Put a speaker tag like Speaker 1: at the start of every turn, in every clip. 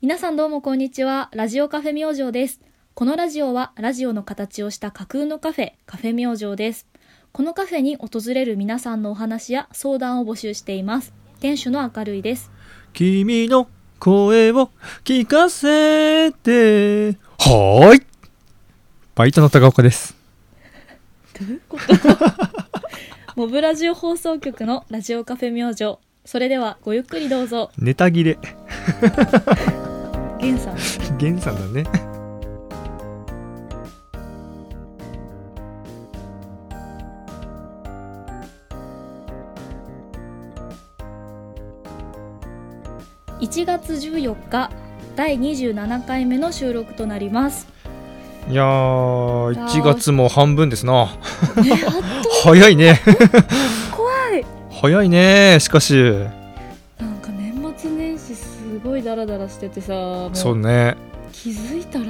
Speaker 1: 皆さんどうもこんにちは。ラジオカフェ明星です。このラジオはラジオの形をした架空のカフェ、カフェ明星です。このカフェに訪れる皆さんのお話や相談を募集しています。店主の明るいです。
Speaker 2: 君の声を聞かせてはーいバイトの高岡です
Speaker 1: どういうこと モブラジオ放送局のラジオカフェ明星。それではごゆっくりどうぞ。
Speaker 2: ネタ切れ
Speaker 1: ゲンさん。
Speaker 2: 源さんだね
Speaker 1: 1月14日、第27回目の収録となります。
Speaker 2: いやー
Speaker 1: あー
Speaker 2: 1月も半分です
Speaker 1: ね、
Speaker 2: な
Speaker 1: あっ
Speaker 2: 早いね
Speaker 1: と 怖い。
Speaker 2: 早いねしかし
Speaker 1: なんか年末年始すごいダラダラしててさ、もう
Speaker 2: そうね
Speaker 1: 気づいたら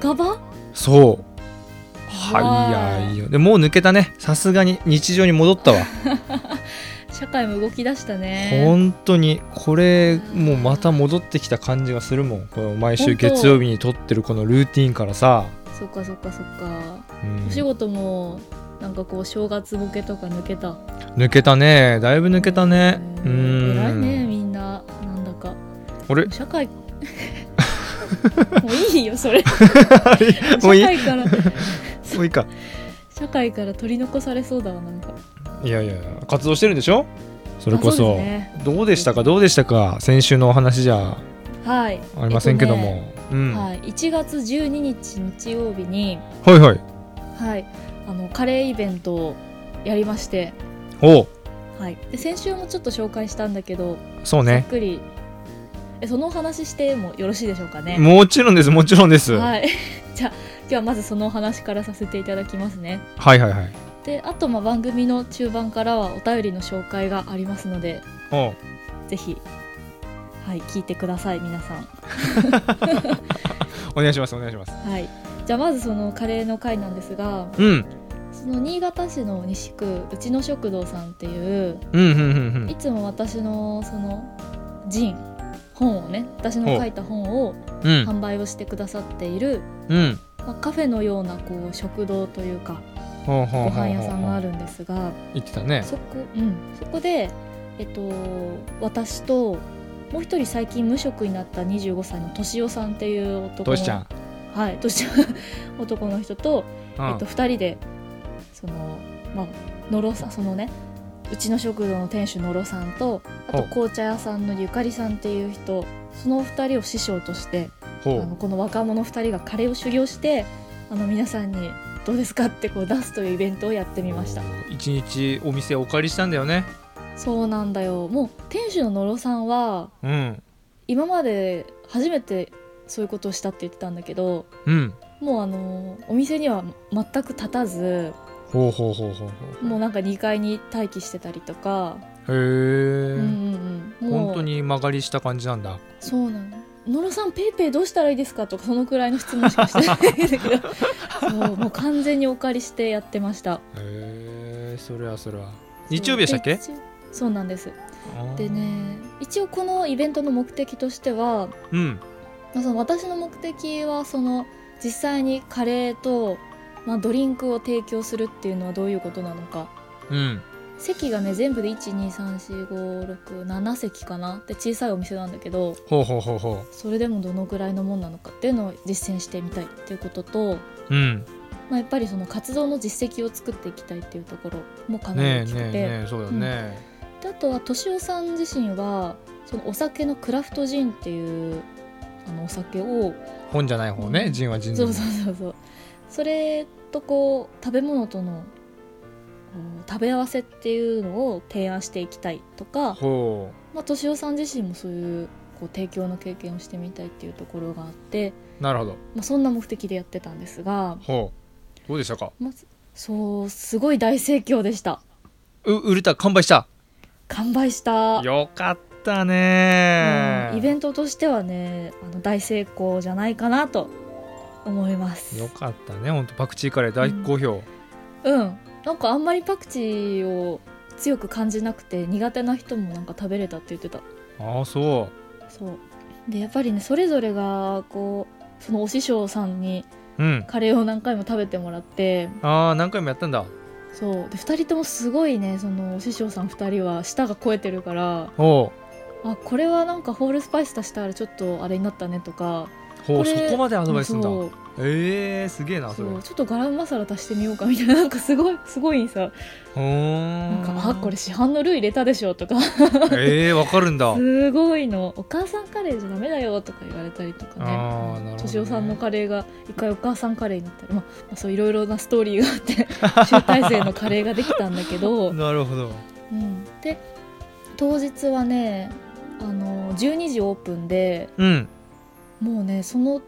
Speaker 1: 半ば
Speaker 2: そう
Speaker 1: わー
Speaker 2: 早いよでもう抜けたねさすがに日常に戻ったわ
Speaker 1: 社会も動き出したね
Speaker 2: 本当にこれもうまた戻ってきた感じがするもんこの毎週月曜日に撮ってるこのルーティンからさ、
Speaker 1: そっかそっかそっか、
Speaker 2: うん
Speaker 1: お仕事もなんかこう正月ボケとか抜けた
Speaker 2: 抜けたねだいぶ抜けたねう
Speaker 1: うん偉いね
Speaker 2: ん
Speaker 1: みんななんだか
Speaker 2: あれ
Speaker 1: 社 会もういいよそれ
Speaker 2: あれ
Speaker 1: 社
Speaker 2: もういい
Speaker 1: 会から
Speaker 2: もういいか
Speaker 1: 社会から取り残されそうだわなんか
Speaker 2: いやいや活動してるんでしょそれこ
Speaker 1: あ
Speaker 2: そ
Speaker 1: ですね
Speaker 2: どうでしたかどうでしたか先週のお話じゃ
Speaker 1: はい
Speaker 2: ありませんけども、
Speaker 1: えっ
Speaker 2: うん、
Speaker 1: とねはい、1月12日日曜日に
Speaker 2: はいはい
Speaker 1: はいあのカレーイベントをやりまして
Speaker 2: おう
Speaker 1: はい、で先週もちょっと紹介したんだけど、
Speaker 2: そう
Speaker 1: ざっ
Speaker 2: ね
Speaker 1: くりえそのお話してもよろしいでしょうかね。
Speaker 2: もちろんですもちろんです、
Speaker 1: はい じゃあ今日はまずそのお話からさせていただきますね。
Speaker 2: はいはいはい
Speaker 1: であとまあ番組の中盤からはお便りの紹介がありますので
Speaker 2: おう
Speaker 1: ぜひ、はい、聞いてください皆さん。
Speaker 2: お願いしますお願いします
Speaker 1: はい、じゃあまずそのカレーの会なんですが
Speaker 2: うん
Speaker 1: その新潟市の西区うちの食堂さんっていう
Speaker 2: うんうんうんうん
Speaker 1: いつも私のそのジン本をね私の書いた本を
Speaker 2: うん
Speaker 1: 販売をしてくださっている、
Speaker 2: うん
Speaker 1: まあ、カフェのようなこう食堂というか
Speaker 2: ご
Speaker 1: ご飯屋さんがあるんですが
Speaker 2: 言ってたね
Speaker 1: そこ,、うん、そこで、えっと、私ともう一人最近無職になった25歳の敏夫さんっていう男の
Speaker 2: トシちゃん、
Speaker 1: はいとし 男の人と、
Speaker 2: うん
Speaker 1: えっと、2人でそのまあ野呂さんそのねうちの食堂の店主野呂さんとあと
Speaker 2: お
Speaker 1: 紅茶屋さんのゆかりさんっていう人その2人を師匠として
Speaker 2: ほ
Speaker 1: あの
Speaker 2: う
Speaker 1: この若者2人がカレーを修行してあの皆さんにどうですかってこう出すというイベントをやってみました
Speaker 2: 一日お店をお借りしたんだよね
Speaker 1: そうなんだよもう店主の野呂さんは
Speaker 2: うん
Speaker 1: 今まで初めてそういうことをしたって言ってたんだけど
Speaker 2: うん
Speaker 1: もうあのお店には全く立たず
Speaker 2: ほうほうほうほうほ
Speaker 1: もうなんか2階に待機してたりとか、
Speaker 2: う
Speaker 1: うんう
Speaker 2: へえ、
Speaker 1: んうん、もう
Speaker 2: 本当に曲がりした感じなんだ
Speaker 1: そうなの野呂さんペイペイどうしたらいいですかとかそのくらいの質問しかしてないんだ けどそうもう完全にお借りしてやってました
Speaker 2: へえそれはそれは日曜日でしたっけ
Speaker 1: そうでそうなんです
Speaker 2: あー
Speaker 1: でね一応このイベントの目的としては、
Speaker 2: うん
Speaker 1: まあ、その私の目的はその実際にカレーと、まあ、ドリンクを提供するっていうのはどういうことなのか
Speaker 2: うん
Speaker 1: 席がね全部で1234567席かなで小さいお店なんだけど
Speaker 2: ほうほうほうほ
Speaker 1: それでもどのぐらいのもんなのかっていうのを実践してみたいっていうことと、
Speaker 2: ううん
Speaker 1: まあ、やっぱりその活動の実績を作っていきたいっていうところもかなり
Speaker 2: ねえ
Speaker 1: 大きくて。
Speaker 2: ねえねえそうだよね、
Speaker 1: であとは敏夫さん自身はそのお酒のクラフトジンっていうあのお酒を
Speaker 2: 本じゃない方ね、
Speaker 1: うん
Speaker 2: ジンはジンで
Speaker 1: そうそうそうそうそれとこう食べ物とのうん食べ合わせっていうのを提案していきたいとか
Speaker 2: ほ
Speaker 1: まあ、敏夫さん自身もそういうこう提供の経験をしてみたいっていうところがあって、
Speaker 2: うなるほど
Speaker 1: まあ、そんな目的でやってたんですが、
Speaker 2: ほうどうでしたか
Speaker 1: まず、そうすごい大盛況でした
Speaker 2: う売れた完売した
Speaker 1: 完売した
Speaker 2: よかったね
Speaker 1: うんイベントとしてはねあの大成功じゃないかなと思います
Speaker 2: よかったね本当パクチーカレー大好評、
Speaker 1: うんなんかあんまりパクチーを強く感じなくて苦手な人もなんか食べれたって言ってた
Speaker 2: ああそう
Speaker 1: そうでやっぱりねそれぞれがこうそのお師匠さんに
Speaker 2: うん
Speaker 1: カレーを何回も食べてもらって
Speaker 2: ああ何回もやったんだ
Speaker 1: そうで2人ともすごいねそのお師匠さん2人は舌が肥えてるから
Speaker 2: おう
Speaker 1: あこれはなんかホールスパイス足したらちょっとあれになったねとか
Speaker 2: ほ
Speaker 1: こ
Speaker 2: うそ
Speaker 1: れ
Speaker 2: こまでアドバイスするんだ
Speaker 1: そう
Speaker 2: ええー、すげえなそれ
Speaker 1: そううちょっとガラムマサラ足してみようかみたいななんかすごいすごいさ
Speaker 2: ー
Speaker 1: なん
Speaker 2: ん
Speaker 1: かあこれ市販のルー入れたでしょとか
Speaker 2: ええー、わかるん だ
Speaker 1: すごいのお母さんカレーじゃダメだよとか言われたりとか
Speaker 2: あーなるほど
Speaker 1: ね
Speaker 2: ね
Speaker 1: 敏夫、さんのカレーが一回お母さんカレーになったり、まあまあ、そういろいろなストーリーがあって 集大成のカレーができたんだけど、
Speaker 2: なるほど
Speaker 1: うん、で当日はねあの12時オープンで
Speaker 2: うん
Speaker 1: もうねその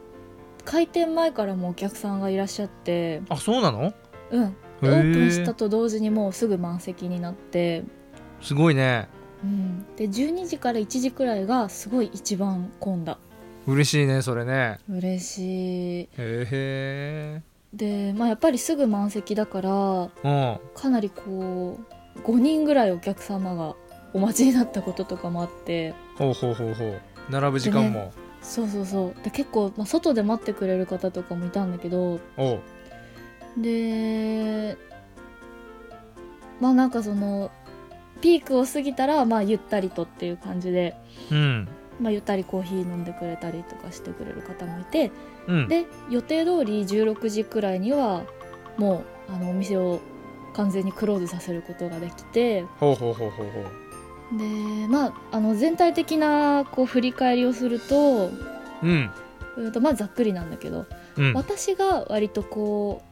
Speaker 1: 開店前からもうお客さんがいらっしゃって
Speaker 2: あそうなの
Speaker 1: うん
Speaker 2: へ
Speaker 1: でオープンした
Speaker 2: ー
Speaker 1: と同時にもうすぐ満席になって、
Speaker 2: すごいね
Speaker 1: うん、で12時から1時くらいがすごい一番混んだ
Speaker 2: 嬉しいねそれね
Speaker 1: 嬉しい
Speaker 2: へ
Speaker 1: で、まあ、やっぱりすぐ満席だから
Speaker 2: えうん
Speaker 1: かなりこう5人ぐらいお客様がお待ちになったこととかもあって
Speaker 2: ほうほうほうほう並ぶ時間も、
Speaker 1: そうそうそうで結構、まあ、外で待ってくれる方とかもいたんだけど
Speaker 2: おう
Speaker 1: でまあなんかそのピークを過ぎたらまあゆったりとっていう感じで
Speaker 2: うん
Speaker 1: まあ、ゆったりコーヒー飲んでくれたりとかしてくれる方もいて
Speaker 2: うん
Speaker 1: で予定通り16時くらいにはもうあのお店を完全にクローズさせることができて
Speaker 2: ほうほうほうほうほう
Speaker 1: で、まあ、あの全体的なこう振り返りをすると
Speaker 2: うん
Speaker 1: うんとまあざっくりなんだけど、
Speaker 2: うん
Speaker 1: 私が割とこ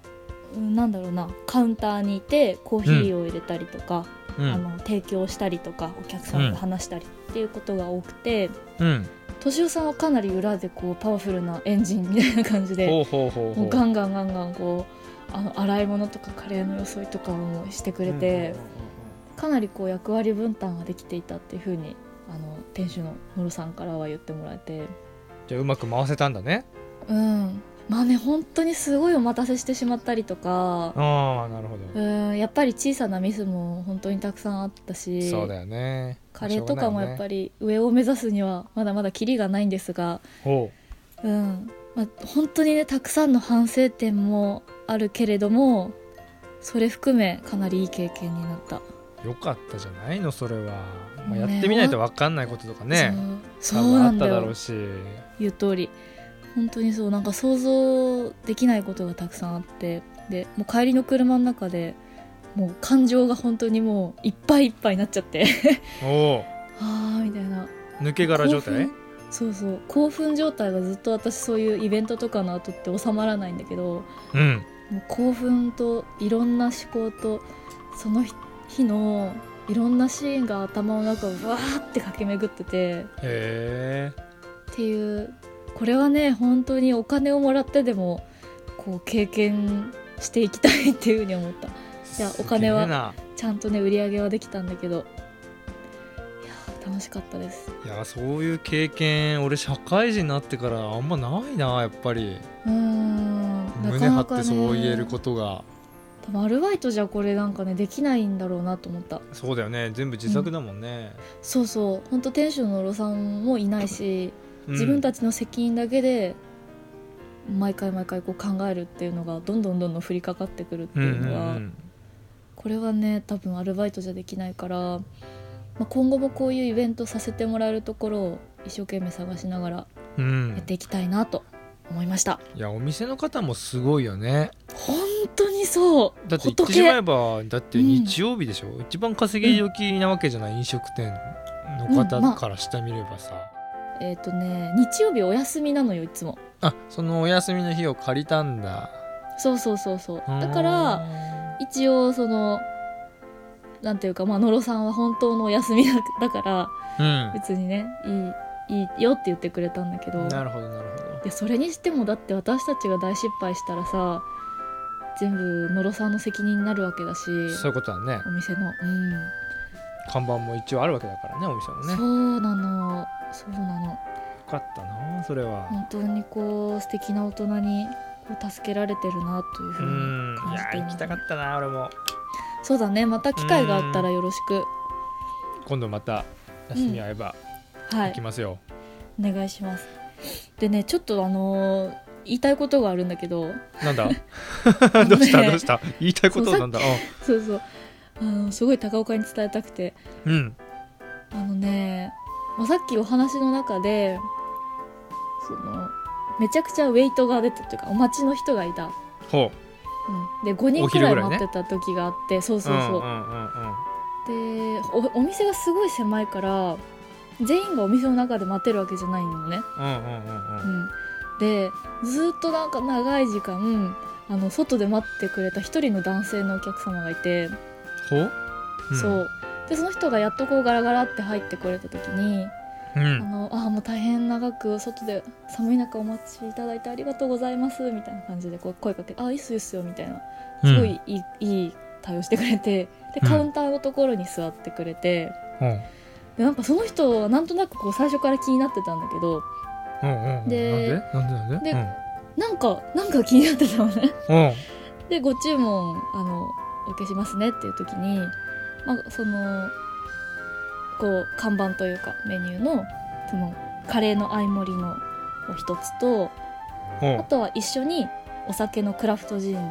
Speaker 1: ううんなんだろうなカウンターにいてコーヒーを入れたりとか、
Speaker 2: う
Speaker 1: あ
Speaker 2: ん
Speaker 1: の提供したりとかお客さんと話したりっていうことが多くて。
Speaker 2: うん
Speaker 1: 敏夫さんはかなり裏でこうパワフルなエンジンみたいな感じで
Speaker 2: ほうほうほう
Speaker 1: も
Speaker 2: ほ
Speaker 1: う
Speaker 2: う
Speaker 1: ガンガンガンガンこうあの洗い物とかカレーの装いとかをもうしてくれて、かなりこう役割分担ができていたっていうふうにあの店主の野呂さんからは言ってもらえて
Speaker 2: じゃあうまく回せたんだね
Speaker 1: うんまあね本当にすごいお待たせしてしまったりとか、
Speaker 2: ああなるほど、
Speaker 1: うんやっぱり小さなミスも本当にたくさんあったし
Speaker 2: そうだよね
Speaker 1: カレーとかもやっぱ
Speaker 2: り
Speaker 1: り上を目指すにはまだまだキリがないんですが
Speaker 2: ほ
Speaker 1: うんまあ、本当にねたくさんの反省点もあるけれどもそれ含めかなりいい経験になった、
Speaker 2: うよかったじゃないのそれは、まあ、
Speaker 1: ね
Speaker 2: やってみないとわかんないこととかね
Speaker 1: そう
Speaker 2: 多
Speaker 1: そう
Speaker 2: 分
Speaker 1: な
Speaker 2: あ
Speaker 1: ん
Speaker 2: っ
Speaker 1: だ
Speaker 2: た
Speaker 1: よ
Speaker 2: だろうし
Speaker 1: 言う通り本当にそうなんか想像できないことがたくさんあってでもう帰りの車の中でもう感情が本当にもういっぱいいっぱいになっちゃって
Speaker 2: おお
Speaker 1: あーみたいな
Speaker 2: 抜け殻状
Speaker 1: 興
Speaker 2: 態
Speaker 1: 奮そうそう興奮状態がずっと私そういうイベントとかの後って収まらないんだけど
Speaker 2: うん
Speaker 1: もう興奮といろんな思考とその日日のいろんなシーンが頭の中をわーって駆け巡ってて
Speaker 2: へえ
Speaker 1: っていうこれはね本当にお金をもらってでもこう経験していきたいっていうふうに思ったいやお金はちゃんとね売り上げはできたんだけどいやー楽しかったです
Speaker 2: いやそういう経験俺社会人になってからあんまないなやっぱり
Speaker 1: うーんなか
Speaker 2: 胸張
Speaker 1: な
Speaker 2: っ
Speaker 1: か、ね、
Speaker 2: てそう言えることが
Speaker 1: 多分アルバイトじゃこれなんかねできないんだろうなと思った
Speaker 2: そうだよね全部自作だもんね、
Speaker 1: そうそう本当店主のロさんもいないし
Speaker 2: うん
Speaker 1: 自分たちの責任だけで毎回毎回こう考えるっていうのがどんどんどんどん降りかかってくるって
Speaker 2: うん
Speaker 1: いう
Speaker 2: うんう
Speaker 1: のは、
Speaker 2: ん
Speaker 1: これはね多分アルバイトじゃできないから、まあ、今後もこういうイベントさせてもらえるところを一生懸命探しながら
Speaker 2: うん
Speaker 1: やっていきたいなと思いました、
Speaker 2: いやお店の方もすごいよね
Speaker 1: 本当にそう
Speaker 2: だって言って
Speaker 1: 仏
Speaker 2: しまえばだって日曜日でしょ、一番稼ぎ時なわけじゃない、飲食店の
Speaker 1: うんま
Speaker 2: 方
Speaker 1: あ
Speaker 2: からしてみればさ、
Speaker 1: えっ、とね日曜日お休みなのよいつも
Speaker 2: あそのお休みの日を借りたんだ
Speaker 1: そうそうそうそうだから一応そのなんていうかまあ野呂さんは本当のお休みだだから
Speaker 2: うん
Speaker 1: 別にねいいいいよって言ってくれたんだけど
Speaker 2: なるほどなるほど
Speaker 1: いやそれにしてもだって私たちが大失敗したらさ全部野呂さんの責任になるわけだし
Speaker 2: そういうことだね
Speaker 1: お店の、う
Speaker 2: 看板も一応あるわけだからねお店
Speaker 1: ん
Speaker 2: のね
Speaker 1: そ
Speaker 2: よ
Speaker 1: うなのそうなの
Speaker 2: かったなそれは
Speaker 1: 本当にこう素敵な大人にこう助けられてるなというふ
Speaker 2: う
Speaker 1: うに
Speaker 2: んい
Speaker 1: 感じ
Speaker 2: や
Speaker 1: てい
Speaker 2: 行
Speaker 1: ま
Speaker 2: き
Speaker 1: す
Speaker 2: たかったな俺も
Speaker 1: そうだねまた機会があったらよろしく
Speaker 2: 今度また休み合えば
Speaker 1: は
Speaker 2: 行
Speaker 1: い
Speaker 2: きますよ、
Speaker 1: お願いしますでねちょっとあのー言いたいことがあるんだけど
Speaker 2: なんだ どうした
Speaker 1: ね
Speaker 2: どうした言いたいことなんだあ
Speaker 1: そうそうあのすごい高岡に伝えたくて
Speaker 2: うん
Speaker 1: あのね、まあ、さっきお話の中でそのめちゃくちゃウェイトが出たというかお待ちの人がいた、
Speaker 2: ほ
Speaker 1: うん、で5人くらい
Speaker 2: お昼ぐらいね
Speaker 1: 待ってた時があって、そう
Speaker 2: う
Speaker 1: そうそう
Speaker 2: うんうんうんうん
Speaker 1: でおお店がすごい狭いから全員がお店の中で待ってるわけじゃないのね、
Speaker 2: うんうんうん
Speaker 1: う
Speaker 2: うん
Speaker 1: ん、でずっとなんか長い時間あの外で待ってくれた一人の男性のお客様がいて、
Speaker 2: ほううん
Speaker 1: そうでその人がやっとこうガラガラって入ってくれた時に
Speaker 2: う
Speaker 1: あ
Speaker 2: ん
Speaker 1: のあーもう大変長く外で寒い中お待ちいただいてありがとうございますみたいな感じでこう声かけて「あーいいっすよいいっすよ」みたいな
Speaker 2: うん
Speaker 1: すごいいい,、いい対応してくれてで
Speaker 2: うん
Speaker 1: カウンターのところに座ってくれて、
Speaker 2: うん
Speaker 1: でなんかその人はなんとなくこう最初から気になってたんだけど
Speaker 2: うんうんうん
Speaker 1: で
Speaker 2: なんでなんで
Speaker 1: で
Speaker 2: なんで
Speaker 1: なんかなんか気になってたのね
Speaker 2: うんうん
Speaker 1: でご注文あのお受けしますねっていう時に、まあ、そのこう看板というかメニューのそのカレーの相盛りのお一つと
Speaker 2: うん
Speaker 1: あとは一緒にお酒のクラフトジン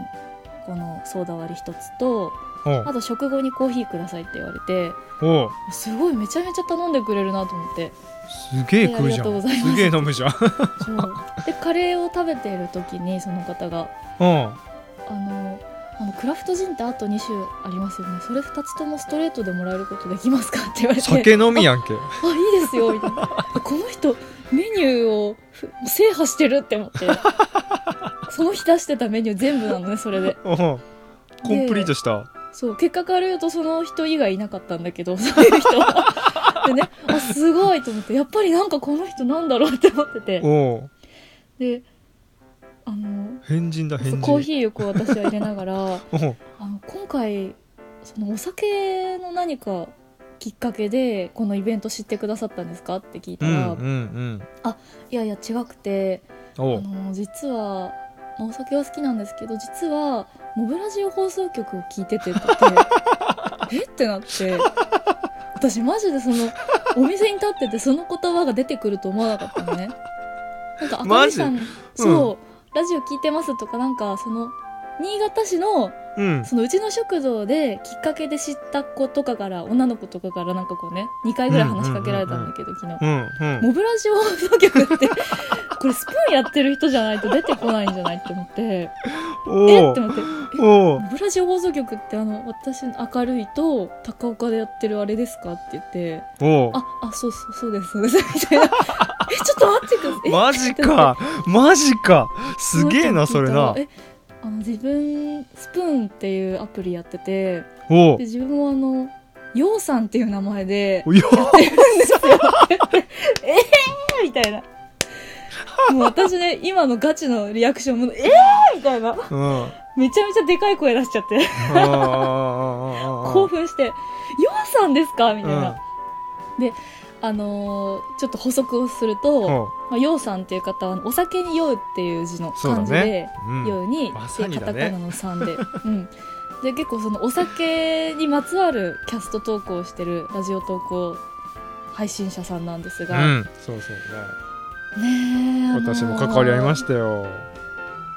Speaker 1: このソーダ割り一つと
Speaker 2: うん
Speaker 1: あと食後にコーヒーくださいって言われて
Speaker 2: おう
Speaker 1: すごいめちゃめちゃ頼んでくれるなと思って
Speaker 2: すげえ食うじ
Speaker 1: ありが
Speaker 2: ゃ
Speaker 1: とうご
Speaker 2: ん
Speaker 1: ざいます
Speaker 2: すげえ飲むじゃん
Speaker 1: そうでカレーを食べている時にその方が
Speaker 2: うん
Speaker 1: あのあのクラフトジンってあと2種ありますよねそれ2つともストレートでもらえることできますかって言われて
Speaker 2: 酒飲みやんけ
Speaker 1: あいいですよみたいなこの人メニューをふ制覇してるって思って その日出してたメニュー全部なのねそれで
Speaker 2: うんコンプリートした
Speaker 1: そう結果から言うとその人以外いなかったんだけど そういう人はでねあすごいと思ってやっぱりなんかこの人なんだろうって思ってて
Speaker 2: おう
Speaker 1: であの
Speaker 2: 変人だ変
Speaker 1: そう
Speaker 2: 人
Speaker 1: コーヒーをこう私は入れながら
Speaker 2: うん
Speaker 1: あの今回そのお酒の何かきっかけでこのイベント知ってくださったんですかって聞いた
Speaker 2: う
Speaker 1: ら、
Speaker 2: んうんうん
Speaker 1: いやいや違くてあ
Speaker 2: おう
Speaker 1: の実はまあお酒は好きなんですけど実はモブラジオ放送局を聞いて てって言ってえってなって私マジでそのお店に立っててその言葉が出てくると思わなかったのねなんか赤
Speaker 2: マ
Speaker 1: 木
Speaker 2: ジ
Speaker 1: さん、そうラジオ聞いてますとかなんかその新潟市の
Speaker 2: うん
Speaker 1: そのうちの食堂できっかけで知った子とかから女の子とかからなんかこうね2回ぐらい話しかけられたんだけど、昨日
Speaker 2: うんうん
Speaker 1: モブラジオ放送局ってこれスプーンやってる人じゃないと出てこないんじゃないって思ってえ
Speaker 2: お
Speaker 1: っ
Speaker 2: う
Speaker 1: て思って
Speaker 2: おう
Speaker 1: モブラジオ放送局ってあの私の明るいと高岡でやってるあれですかって言って
Speaker 2: おう
Speaker 1: ああそうそうそうですそうですみた いなえちょっと待ってくださいえ
Speaker 2: マジかマジかすげえなそれな
Speaker 1: えあの自分スプーンっていうアプリやってて
Speaker 2: おう
Speaker 1: で自分もあのようさんっていう名前で
Speaker 2: およ
Speaker 1: やってるんですよええーみたいなもう私ね今のガチのリアクションもええーみたいな
Speaker 2: うんあ
Speaker 1: めちゃめちゃでかい声出しちゃって
Speaker 2: あああああ
Speaker 1: 興奮して「ようさんですか?」みたいな、
Speaker 2: うん
Speaker 1: あのーちょっと補足をすると
Speaker 2: おう
Speaker 1: 「まあ、ようさん」っていう方はお酒に「酔う」っていう字の
Speaker 2: そうだ
Speaker 1: 漢字で
Speaker 2: ね
Speaker 1: 「
Speaker 2: うん
Speaker 1: ように」
Speaker 2: まさに
Speaker 1: でカ
Speaker 2: だね
Speaker 1: タカナの「さんで」うんで結構そのお酒にまつわるキャスト投稿をしてるラジオ投稿配信者さんなんです
Speaker 2: う
Speaker 1: が、
Speaker 2: んそうそう
Speaker 1: ねえ、
Speaker 2: ね
Speaker 1: あのー
Speaker 2: 私も関わりありましたよ。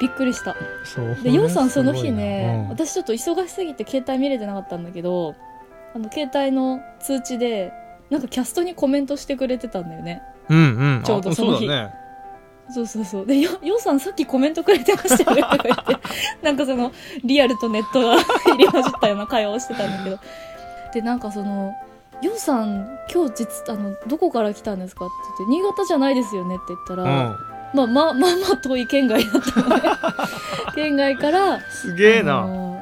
Speaker 1: びっくりした
Speaker 2: そう。
Speaker 1: でヨウさんその日ね、
Speaker 2: すごいな
Speaker 1: 私ちょっと忙しすぎて携帯見れてなかったんだけどあの携帯の通知でなんかキャストにコメントしてくれてたんだよね
Speaker 2: うん、うんうん。
Speaker 1: ちょうど
Speaker 2: あ
Speaker 1: その日
Speaker 2: うだね。
Speaker 1: そうそうそうでよヨウさんさっきコメントくれてましたよ ねとか言ってなんかそのリアルとネットが入り混じったような会話をしてたんだけどでなんかその「ヨウさん今日実あのどこから来たんですか?」って言って「新潟じゃないですよね」って言った
Speaker 2: う
Speaker 1: ら、
Speaker 2: ん。
Speaker 1: まあまあまあまあ遠い県外だったの ね県外から
Speaker 2: すげえ
Speaker 1: あ
Speaker 2: な。
Speaker 1: のー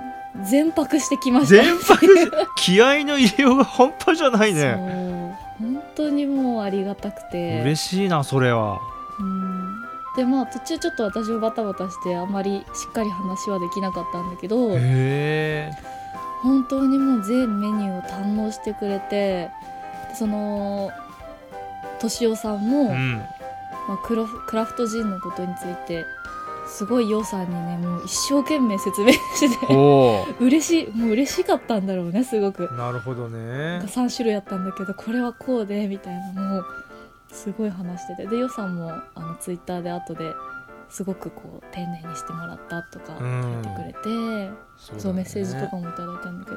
Speaker 1: 全泊してきました
Speaker 2: 全泊し 気合の入れようが半端じゃない
Speaker 1: そう
Speaker 2: ね。
Speaker 1: 本当にもうありがたくて
Speaker 2: 嬉しいなそれは。
Speaker 1: うんでまあ途中ちょっと私もバタバタしてあんまりしっかり話はできなかったんだけど
Speaker 2: へえ。
Speaker 1: 本当にもう全メニューを堪能してくれてその敏夫さんも、
Speaker 2: うん。
Speaker 1: まあ、クロフクラフトジンのことについてすごいよさんにねもう一生懸命説明してて
Speaker 2: おお。
Speaker 1: 嬉しいもう嬉しかったんだろうねすごく
Speaker 2: なるほどね
Speaker 1: なんか。3種類あったんだけどこれはこうでみたいなもうすごい話しててでよさんもあのツイッターで後ですごくこう丁寧にしてもらったとか書いてくれて、
Speaker 2: そ
Speaker 1: そうメッセージとか
Speaker 2: も
Speaker 1: もいただいたんだけど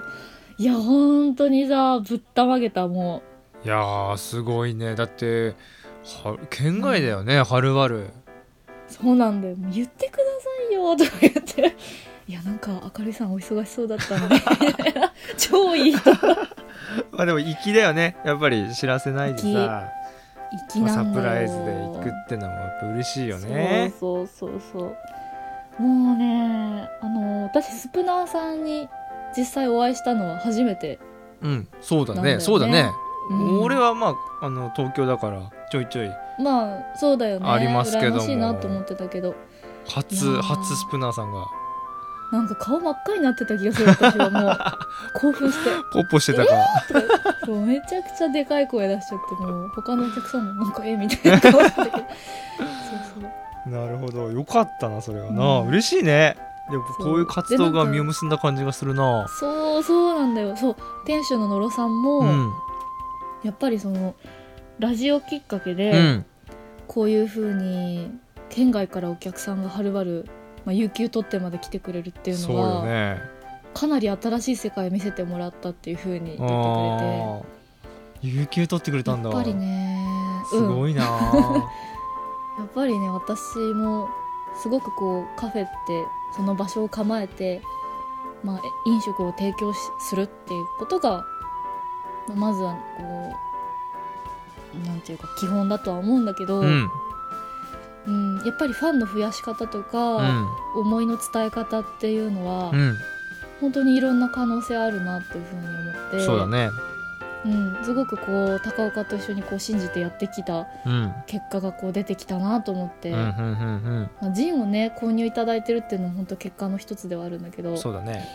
Speaker 1: いや本当にさぶったまげたも
Speaker 2: いやーすごいねだっては県外だよね、はるばる
Speaker 1: うそうなんだよもう言ってくださいよとか言って いやなんかあかりさんお忙しそうだったのに 超いい 人
Speaker 2: まあでも粋だよねやっぱり知らせないでさ、
Speaker 1: 粋
Speaker 2: まあ
Speaker 1: な
Speaker 2: サ
Speaker 1: ん
Speaker 2: プ
Speaker 1: だ
Speaker 2: ラ
Speaker 1: よ
Speaker 2: イズで行くってのもやっぱ嬉しいよね
Speaker 1: そうそうそうそうもうねあの私スプナーさんに実際お会いしたのは初めて、
Speaker 2: うんそうだね
Speaker 1: なんだよね
Speaker 2: そうだね、
Speaker 1: うん
Speaker 2: 俺はまああの東京だからちょいちょい
Speaker 1: まあそうだよね
Speaker 2: ありますけど
Speaker 1: 羨
Speaker 2: も
Speaker 1: ましいなと思ってたけどいや
Speaker 2: 初
Speaker 1: ー
Speaker 2: 初スプナーさんが
Speaker 1: なんか顔真っ赤になってた気がする私は もう興奮して
Speaker 2: ポッポしてたから、
Speaker 1: そうめちゃくちゃでかい声出しちゃってもう他のお客さんもなんかえみたいな顔しててそうそう
Speaker 2: なるほどよかったなそれはな、
Speaker 1: うん
Speaker 2: 嬉しいねやっ
Speaker 1: そ
Speaker 2: ぱ
Speaker 1: う
Speaker 2: こういう活動
Speaker 1: でな
Speaker 2: が
Speaker 1: んか
Speaker 2: 実を結んだ感じがするな
Speaker 1: そうそうなんだよそう店主の野呂さんも、
Speaker 2: うん
Speaker 1: やっぱりそのラジオきっかけで、
Speaker 2: うん
Speaker 1: こういうふうに県外からお客さんがはるばる、まあ、有給取ってまで来てくれるっていう
Speaker 2: そう
Speaker 1: のは
Speaker 2: よね
Speaker 1: かなり新しい世界を見せてもらったっていうふうに言ってくれてや
Speaker 2: あー有給取ってくれたんだ
Speaker 1: っぱりね
Speaker 2: す
Speaker 1: うん、や
Speaker 2: ごいなあ
Speaker 1: っぱりね私もすごくこうカフェってその場所を構えて、まあ、え飲食を提供しするっていうことがまあまずはこうなんていうか基本だとは思うんだけど、
Speaker 2: うん
Speaker 1: うんやっぱりファンの増やし方とか、
Speaker 2: うん
Speaker 1: 思いの伝え方っていうのは、
Speaker 2: うん
Speaker 1: 本当にいろんな可能性あるなっていうふうに思って
Speaker 2: そうだね
Speaker 1: うん、すごくこう高岡と一緒にこう信じてやってきた
Speaker 2: うん
Speaker 1: 結果がこう出てきたなと思って、
Speaker 2: うんうんうん
Speaker 1: まあ、ジンをね購入いただいてるっていうのも本当結果の一つではあるんだけど
Speaker 2: うんそうだね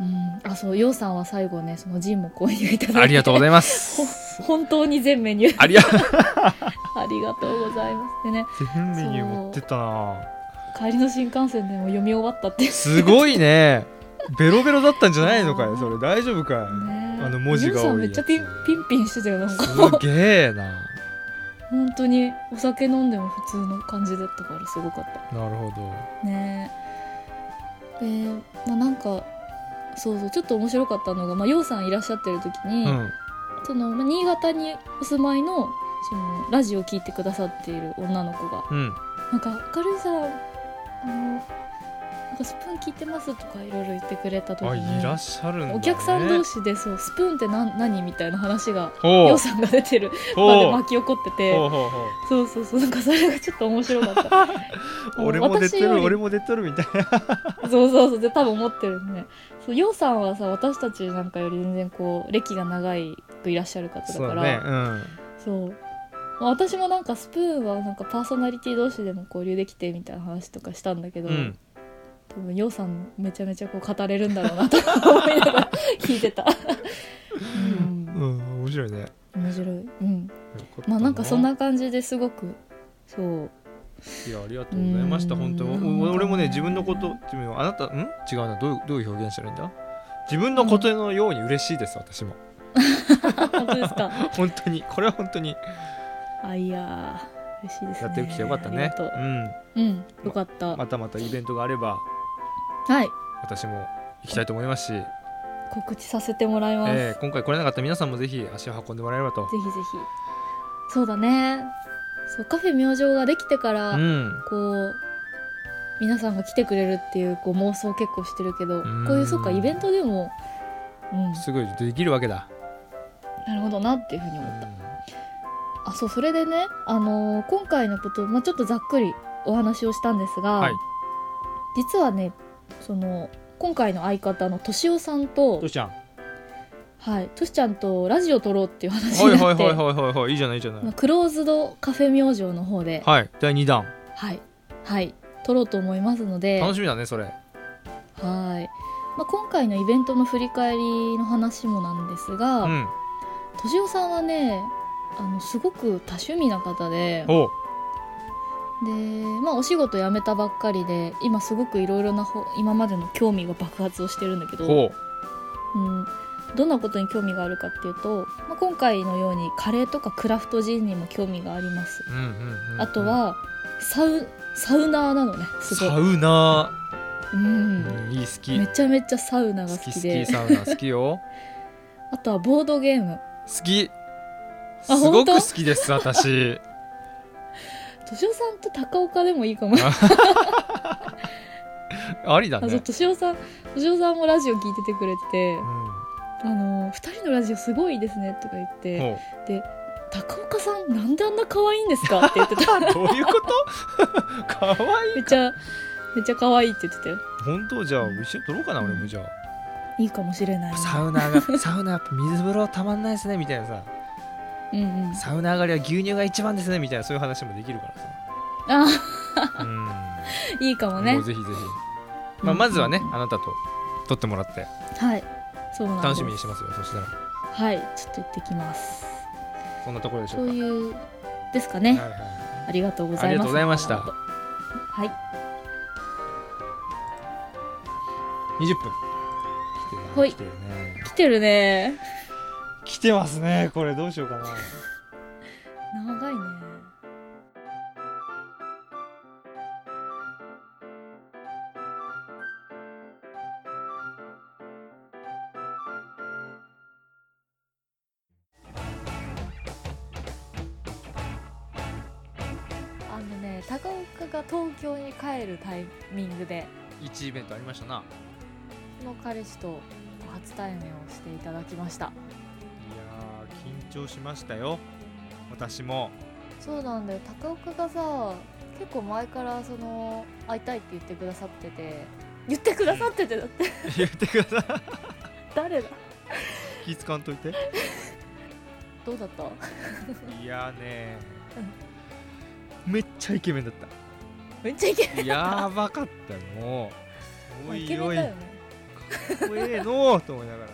Speaker 1: うん、あそうようさんは最後ねそのジンも購入いただいて
Speaker 2: ありがとうござ
Speaker 1: い
Speaker 2: います
Speaker 1: ます本当に全メニュー
Speaker 2: ありが
Speaker 1: ありがとうございますでね
Speaker 2: 全メニュー持ってったな
Speaker 1: 帰りの新幹線でも読み終わったっていう
Speaker 2: すごいねベロベロだったんじゃないのかいそれ大丈夫かい
Speaker 1: ね
Speaker 2: あの文字が
Speaker 1: よ
Speaker 2: 多いやつ
Speaker 1: うさんめっちゃピンピンピンしてたよなんか
Speaker 2: すげえな
Speaker 1: 本当にお酒飲んでも普通の感じだったからすごかっ
Speaker 2: なるほど
Speaker 1: たねでまあなんかそうそうちょっと面白かったのが、まあ、ようさんいらっしゃってる時に、
Speaker 2: うん
Speaker 1: そのまあ新潟にお住まいのそのラジオを聞いてくださっている女の子が
Speaker 2: うん
Speaker 1: 「なんか明るいさんあのなんかスプーン聞いてます」とかいろいろ言ってくれた時
Speaker 2: あ
Speaker 1: に
Speaker 2: いらっしゃるんだね
Speaker 1: お客さん同士でそう「スプーンって何何?」みたいな話が
Speaker 2: ほ
Speaker 1: よ
Speaker 2: う
Speaker 1: うさんが出てる場で
Speaker 2: ほう
Speaker 1: 巻き起こってて。
Speaker 2: ほうほうほう
Speaker 1: そうそうそうなんかそれがちょっと面白かったもう
Speaker 2: 俺も出て
Speaker 1: 私よ
Speaker 2: る
Speaker 1: り
Speaker 2: 俺も出てるみたいな
Speaker 1: そうそうそうで多分思ってるねそうようさんはさ私たちなんかより全然こう歴が長いくいらっしゃる方だ
Speaker 2: そう
Speaker 1: から
Speaker 2: だねうん
Speaker 1: そうまあ私もなんかスプーンはなんかパーソナリティ同士でも交流できてみたいな話とかしたんだけど、
Speaker 2: うん
Speaker 1: 多分ようさんめちゃめちゃこう語れるんだろうなと思いながら聞いてた、うん、
Speaker 2: うん面白いね
Speaker 1: 面白いうん
Speaker 2: よった
Speaker 1: まあなんかそんな感じですごくそう
Speaker 2: いやありがとうございました
Speaker 1: うー
Speaker 2: 本
Speaker 1: ん
Speaker 2: 当
Speaker 1: 本当
Speaker 2: お
Speaker 1: ね
Speaker 2: 俺もね自分のこと自分はあなたん違うなどうどういう表現したらいいんだ自分のことのように嬉しいです 私も
Speaker 1: あ本当ですか
Speaker 2: 本当にこれは本当に
Speaker 1: あいやー嬉しいですね
Speaker 2: やってきてよかった
Speaker 1: あり
Speaker 2: ね
Speaker 1: がとううん、よかった。
Speaker 2: うんまたまたイベントがあれば
Speaker 1: はい、
Speaker 2: 私も行きたいと思いますし、
Speaker 1: 告知させてもらいます。
Speaker 2: えー今回来れなかった皆さんもぜひ足を運んでもらえればと
Speaker 1: ぜひぜひ。そうだね。そう、カフェ明星ができてから、
Speaker 2: うん
Speaker 1: こう。皆さんが来てくれるっていうこう妄想結構してるけど
Speaker 2: ん
Speaker 1: こういうそうかイベントでもうん
Speaker 2: すごいできるわけだ、
Speaker 1: なるほどなっていうふうに
Speaker 2: う
Speaker 1: 思った
Speaker 2: ん
Speaker 1: あそうそれでね、あのー今回のこと、まあ、ちょっとざっくりお話をしたんですが、
Speaker 2: はい
Speaker 1: 実はねその今回の相方のとしおさんと
Speaker 2: どうしちゃん
Speaker 1: はい、トシちゃんとラジオ撮ろうっていう話
Speaker 2: は
Speaker 1: に
Speaker 2: い
Speaker 1: なって、
Speaker 2: はいはいはいはいはいいいじゃないいいじゃな
Speaker 1: まあ
Speaker 2: い
Speaker 1: クローズドカフェ明星の方で、
Speaker 2: はい第2弾
Speaker 1: はい、はい、撮ろうと思いますので、は
Speaker 2: 楽しみだねそれ
Speaker 1: い、まあ、今回のイベントの振り返りの話もなんです
Speaker 2: う
Speaker 1: が、
Speaker 2: ん
Speaker 1: としおさんはね、あのすごく多趣味な方で、
Speaker 2: おう
Speaker 1: で、まあお仕事辞めたばっかりで、今すごくいろいろなほ今までの興味が爆発をしてるんだけど、
Speaker 2: おう
Speaker 1: うん、どんなことに興味があるかっていうと、まあ、今回のようにカレーとかクラフトジンにも興味があります、
Speaker 2: うんうんうん
Speaker 1: あとはサウサウナーなのねすご
Speaker 2: サ
Speaker 1: い、
Speaker 2: ウナ
Speaker 1: うん、
Speaker 2: ーいい好き
Speaker 1: めちゃめちゃサウナが
Speaker 2: 好
Speaker 1: 好
Speaker 2: き
Speaker 1: き
Speaker 2: 好
Speaker 1: で
Speaker 2: きサウナ好 きよ
Speaker 1: あとはボードゲーム
Speaker 2: 好きす
Speaker 1: あ
Speaker 2: ご
Speaker 1: 本
Speaker 2: く
Speaker 1: 当
Speaker 2: 好きで す私
Speaker 1: 敏夫さんと高岡でもいいかも
Speaker 2: ありだ
Speaker 1: あそう
Speaker 2: ね
Speaker 1: 敏夫さん敏夫さんもラジオ聞いててくれてて
Speaker 2: う
Speaker 1: 「あの二人のラジオすごいですね」とか言っ
Speaker 2: ん
Speaker 1: て
Speaker 2: ほう
Speaker 1: 「高岡さんなんであんな可愛いんですか?」って言って た
Speaker 2: どういうこと かわいい
Speaker 1: めっちゃめっちゃ可愛いって言ってたよ
Speaker 2: 本当じゃあ一緒に撮ろうかな俺もじゃあ
Speaker 1: いいかもしれない
Speaker 2: サウナが サウナやっぱ水風呂たまんないですねみたいなさ
Speaker 1: うんうん
Speaker 2: サウナ上がりは牛乳が一番ですねみたいなそういう話もできるから
Speaker 1: あ
Speaker 2: さうん
Speaker 1: いいかも
Speaker 2: も
Speaker 1: ね
Speaker 2: うぜひぜひ、まあ、まずはねあなたと撮ってもらって
Speaker 1: はいそうなんです
Speaker 2: 楽しみにしてますよそしたら
Speaker 1: はいちょっと行ってきます
Speaker 2: そんなところでし
Speaker 1: そ
Speaker 2: ょう
Speaker 1: う
Speaker 2: か
Speaker 1: いうですか
Speaker 2: は
Speaker 1: ね
Speaker 2: いはい
Speaker 1: ありがとうございます
Speaker 2: ありがとうございました
Speaker 1: はい
Speaker 2: 20分
Speaker 1: ほい
Speaker 2: 来てるな来てるね
Speaker 1: 来てるね
Speaker 2: 来てますねこれどうしようかな
Speaker 1: 長いねあのね高岡が東京に帰るタイミングで
Speaker 2: 1イベントありましたな
Speaker 1: その彼氏と初対面をしていただきました
Speaker 2: いやー緊張しましたよ私も
Speaker 1: そうなんだよ高岡がさ結構前からその会いたいって言ってくださってて言ってくださっててだって
Speaker 2: 言ってください
Speaker 1: 誰だ
Speaker 2: 気使わんといて
Speaker 1: どうだった
Speaker 2: いやーねめっちゃイケメンだった
Speaker 1: めっちゃイケメン
Speaker 2: やばかったよもうお
Speaker 1: イケ
Speaker 2: い
Speaker 1: メ
Speaker 2: お
Speaker 1: ン
Speaker 2: い
Speaker 1: だ
Speaker 2: か
Speaker 1: よ
Speaker 2: っ
Speaker 1: ね
Speaker 2: こええのーと思いながら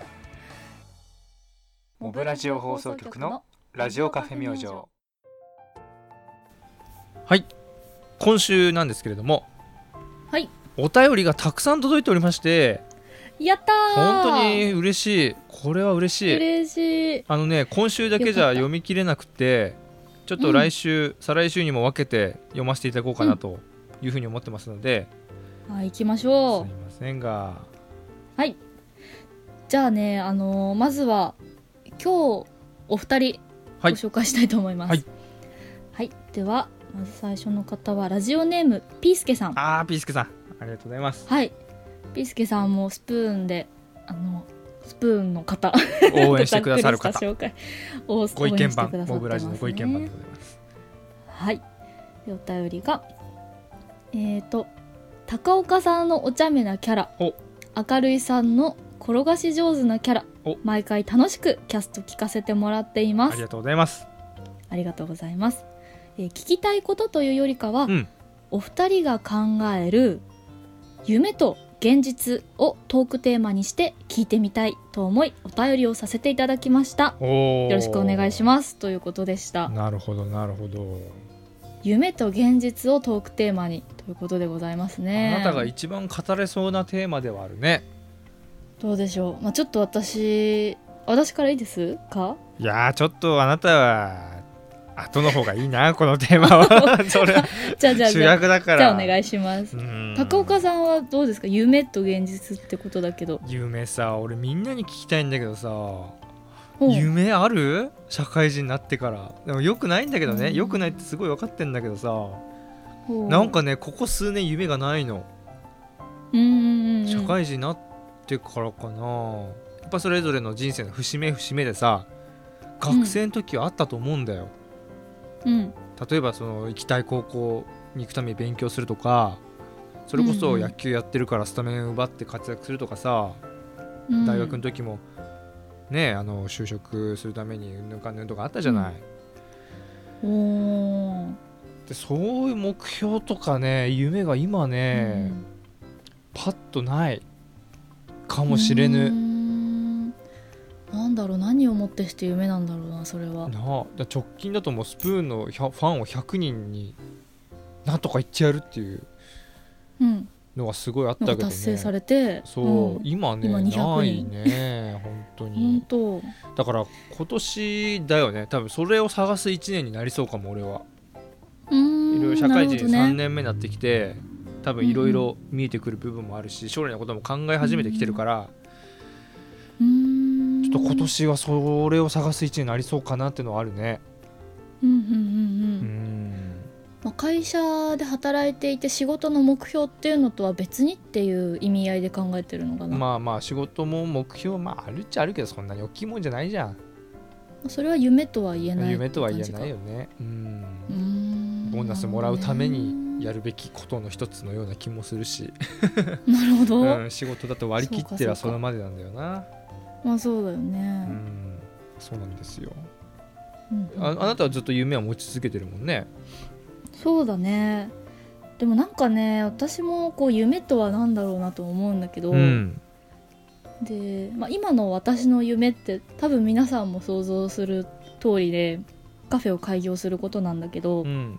Speaker 1: モブラジオ放送局のラジオカフェ明星
Speaker 2: はい今週なんですけれども
Speaker 1: はい
Speaker 2: お便りがたくさん届いておりまして
Speaker 1: やったー
Speaker 2: 本当に嬉しいこれは嬉しい
Speaker 1: 嬉しい
Speaker 2: あのね今週だけじ
Speaker 1: よかっ
Speaker 2: ゃ
Speaker 1: た
Speaker 2: 読み切れなくてちょっと来週、再来週にも分けて読ませていただこうかなというふうに思ってますので、
Speaker 1: はい行きまし
Speaker 2: す
Speaker 1: ょ
Speaker 2: み
Speaker 1: う
Speaker 2: ませんが
Speaker 1: じゃあねあのーまずは今日お二人ご
Speaker 2: はい
Speaker 1: 紹介したいと思います
Speaker 2: はい、
Speaker 1: はいではまず最初の方はラジオネームピースケさん
Speaker 2: あーピースケさんありがとうございま す
Speaker 1: はい。ピースケさんもスプーンで、あの、スプーンの方、
Speaker 2: 応援してくださる
Speaker 1: ざっくり
Speaker 2: 方
Speaker 1: した紹介を
Speaker 2: ご意見
Speaker 1: 応援してくださっ
Speaker 2: 番
Speaker 1: てますね
Speaker 2: モブラジのご意見番でございます
Speaker 1: はい。でお便りが、えっ、と、高岡さんのお茶目なキャラ
Speaker 2: お、
Speaker 1: 明るいさんの転がし上手なキャラ
Speaker 2: お、
Speaker 1: 毎回楽しくキャスト聞かせてもらっていま
Speaker 2: あ
Speaker 1: す
Speaker 2: り。がとうございます
Speaker 1: ありがとうございます。えー聞きたいことというよりかは、
Speaker 2: うん
Speaker 1: お二人が考える夢と現実をトークテーマにして聞いてみたいと思いお便りをさせていただきました。
Speaker 2: お
Speaker 1: よろしくお願いしますということで した。
Speaker 2: なるほどなるほど、
Speaker 1: 夢と現実をトークテーマにということでございますね。
Speaker 2: あなたが一番語れそうなテーマではあるね
Speaker 1: どうでしょう。まあちょっと私私からいいですか？
Speaker 2: いやーちょっとあなたは後の方がいいなこのテーマ はそれ
Speaker 1: じゃあじゃあ
Speaker 2: 主
Speaker 1: じ ゃあ
Speaker 2: 役だから
Speaker 1: じゃあお願いします。
Speaker 2: うん
Speaker 1: 高岡さんはどうですか？夢と現実ってことだけど。
Speaker 2: 夢さ俺みんなに聞きたいんだけどさ
Speaker 1: うん
Speaker 2: 夢ある社会人になってからでもよくないんだけどね
Speaker 1: うん
Speaker 2: よくないってすごい分かってんだけどさ
Speaker 1: ほう
Speaker 2: なんかねここ数年夢がないの
Speaker 1: うんうんうんうん
Speaker 2: 社会人になってからかなやっぱそれぞれの人生の節目節目でさ学生の時はあったと思うんだよ、
Speaker 1: うん
Speaker 2: 例えばその行きたい高校に行くために勉強するとかそれこ
Speaker 1: うん
Speaker 2: そ
Speaker 1: うん
Speaker 2: 野球やってるからスタメン奪って活躍するとかさ、
Speaker 1: うん
Speaker 2: 大学の時もねあの就職するためにうんぬんかんぬんとかあったじゃない、
Speaker 1: おー
Speaker 2: でそういう目標とかね夢が今ね、パッとないか
Speaker 1: うん
Speaker 2: もしれぬ、
Speaker 1: うーんなんだろう何をもってして夢なんだろうなそれは
Speaker 2: なあだ直近だともうスプーンの100ファンを100人になんとか言ってやるっていう
Speaker 1: うん
Speaker 2: のがすごいあった
Speaker 1: な
Speaker 2: け
Speaker 1: ん
Speaker 2: ど
Speaker 1: か
Speaker 2: ね
Speaker 1: 達成されて
Speaker 2: そう、
Speaker 1: ん
Speaker 2: 今ね
Speaker 1: 今200
Speaker 2: ないね本当
Speaker 1: 本
Speaker 2: に
Speaker 1: 当
Speaker 2: だから今年だよね多分それを探す1年になりそうかも俺は
Speaker 1: うーん
Speaker 2: いろいろ社会人
Speaker 1: なるほどね
Speaker 2: 3年目になってきて、多分いろいろ見えてくる部分もあるし将来のことも考え始めてきてるから、
Speaker 1: うーん
Speaker 2: ちょっと今年はそれを探す1年になりそうかなってのはあるね
Speaker 1: うんうんうんうん
Speaker 2: うん
Speaker 1: まあ、会社で働いていて仕事の目標っていうのとは別にっていう意味合いで考えてるのかな、
Speaker 2: まあまあ仕事も目標まああるっちゃあるけどそんなに大きいもんじゃないじゃん
Speaker 1: それは夢とは言えない
Speaker 2: 夢とは言えない
Speaker 1: よ
Speaker 2: よねうんボ
Speaker 1: ボ
Speaker 2: ーナスもらうためにやるべきことの一つのような気もす るし、
Speaker 1: なるほど、
Speaker 2: うん、仕事だと割り切っては
Speaker 1: そかそ
Speaker 2: そう
Speaker 1: うか
Speaker 2: のまでなんだよな
Speaker 1: まあそうだよ
Speaker 2: う
Speaker 1: ね、
Speaker 2: んそうなんですよ
Speaker 1: うんうん
Speaker 2: ああなたはずっと夢は持ち続けてるもんね
Speaker 1: そうだねでもなんかね私もこう夢とは何だろうなと思うんだけど、
Speaker 2: うん
Speaker 1: で、まあ、今の私の夢って多分皆さんも想像する通りでカフェを開業することなんだけど、
Speaker 2: うん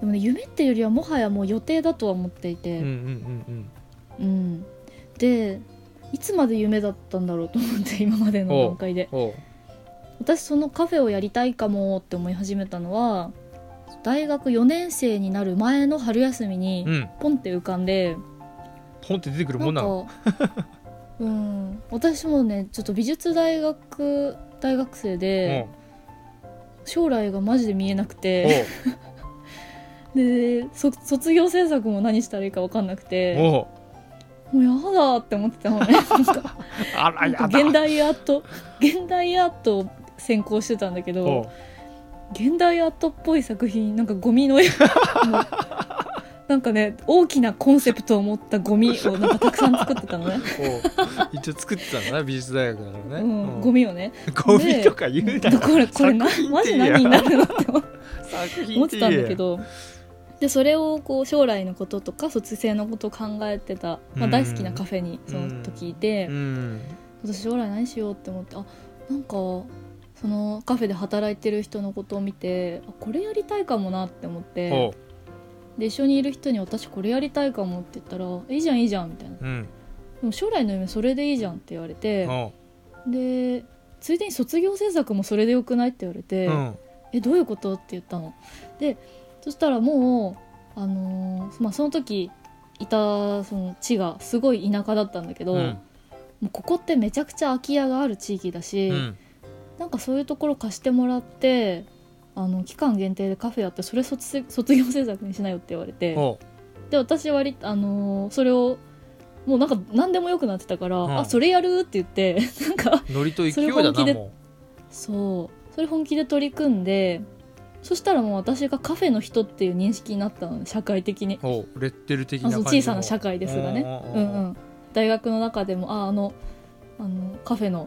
Speaker 1: でもね夢っていうよりはもはやもう予定だとは思ってい
Speaker 2: うんうん
Speaker 1: て、
Speaker 2: うん
Speaker 1: うんでいつまで夢だったんだろうと思って今までの段階で
Speaker 2: うんおう
Speaker 1: 私そのカフェをやりたいかもって思い始めたのは大学4年生になる前の春休み
Speaker 2: う
Speaker 1: に
Speaker 2: ん
Speaker 1: ポンって浮かんで、
Speaker 2: ポンって出てくる
Speaker 1: な
Speaker 2: もん
Speaker 1: ん
Speaker 2: なの
Speaker 1: か うん私もねちょっと美術大学大学生で将来がマジで見えなく
Speaker 2: うんお
Speaker 1: てでそ卒業制作も何したらいいか分かんなくて。
Speaker 2: うおう
Speaker 1: もうやだって思ってたのねなんか
Speaker 2: あらやだ
Speaker 1: 現代アート現代アートを専攻してたんだけ
Speaker 2: おう
Speaker 1: ど現代アートっぽい作品なんかゴミ の絵もうなんかね大きなコンセプトを持ったゴミをなんかたくさん作ってたのね、
Speaker 2: おう一応作ってたんだな美術大学だからね、
Speaker 1: うん
Speaker 2: うん
Speaker 1: ゴミをね
Speaker 2: ゴミとか言うな
Speaker 1: でこれこれな
Speaker 2: 作品
Speaker 1: マ
Speaker 2: って
Speaker 1: ジ
Speaker 2: 言えや
Speaker 1: 何になるのって思って
Speaker 2: 作
Speaker 1: 思
Speaker 2: 品
Speaker 1: っ
Speaker 2: って
Speaker 1: て
Speaker 2: 言
Speaker 1: た
Speaker 2: え
Speaker 1: んだけどでそれをこう将来のこととか卒生のことを考えてた、まあ、大好きなカフェにその時いて、
Speaker 2: うん
Speaker 1: 私将来何しようって思ってあなんかそのカフェで働いてる人のことを見てあこれやりたいかもなって思って
Speaker 2: おう
Speaker 1: で一緒にいる人に「私これやりたいかも」って言ったら「いいじゃんいいじゃん」みたいな「で
Speaker 2: うん
Speaker 1: も将来の夢それでいいじゃん」って言われて
Speaker 2: おう
Speaker 1: でついでに卒業制作もそれでよくないって言われて「
Speaker 2: うん
Speaker 1: えどういうこと?」って言ったの。でそしたらもう、あのーまあ、その時いたその地がすごい田舎だったんだけど、
Speaker 2: うん
Speaker 1: もうここってめちゃくちゃ空き家がある地域だし。
Speaker 2: うん
Speaker 1: なんかそういうところ貸してもらってあの期間限定でカフェやってそれ卒卒業制作にしなよって言われて
Speaker 2: おう
Speaker 1: で私割とあのーそれをもうなんか何でもよくなってたから、
Speaker 2: うん
Speaker 1: あそれやるって言って なんか
Speaker 2: ノリと勢い
Speaker 1: それ
Speaker 2: だ
Speaker 1: 本気
Speaker 2: な
Speaker 1: で
Speaker 2: も
Speaker 1: そうそれ本気で取り組んでそしたらもう私がカフェの人っていう認識になったのね社会的に
Speaker 2: うおうレッテル的
Speaker 1: あ
Speaker 2: な
Speaker 1: そ
Speaker 2: 感
Speaker 1: う
Speaker 2: じの
Speaker 1: 小さな社会ですがね
Speaker 2: お
Speaker 1: う
Speaker 2: うん
Speaker 1: うん大学の中でもああのあのカフェの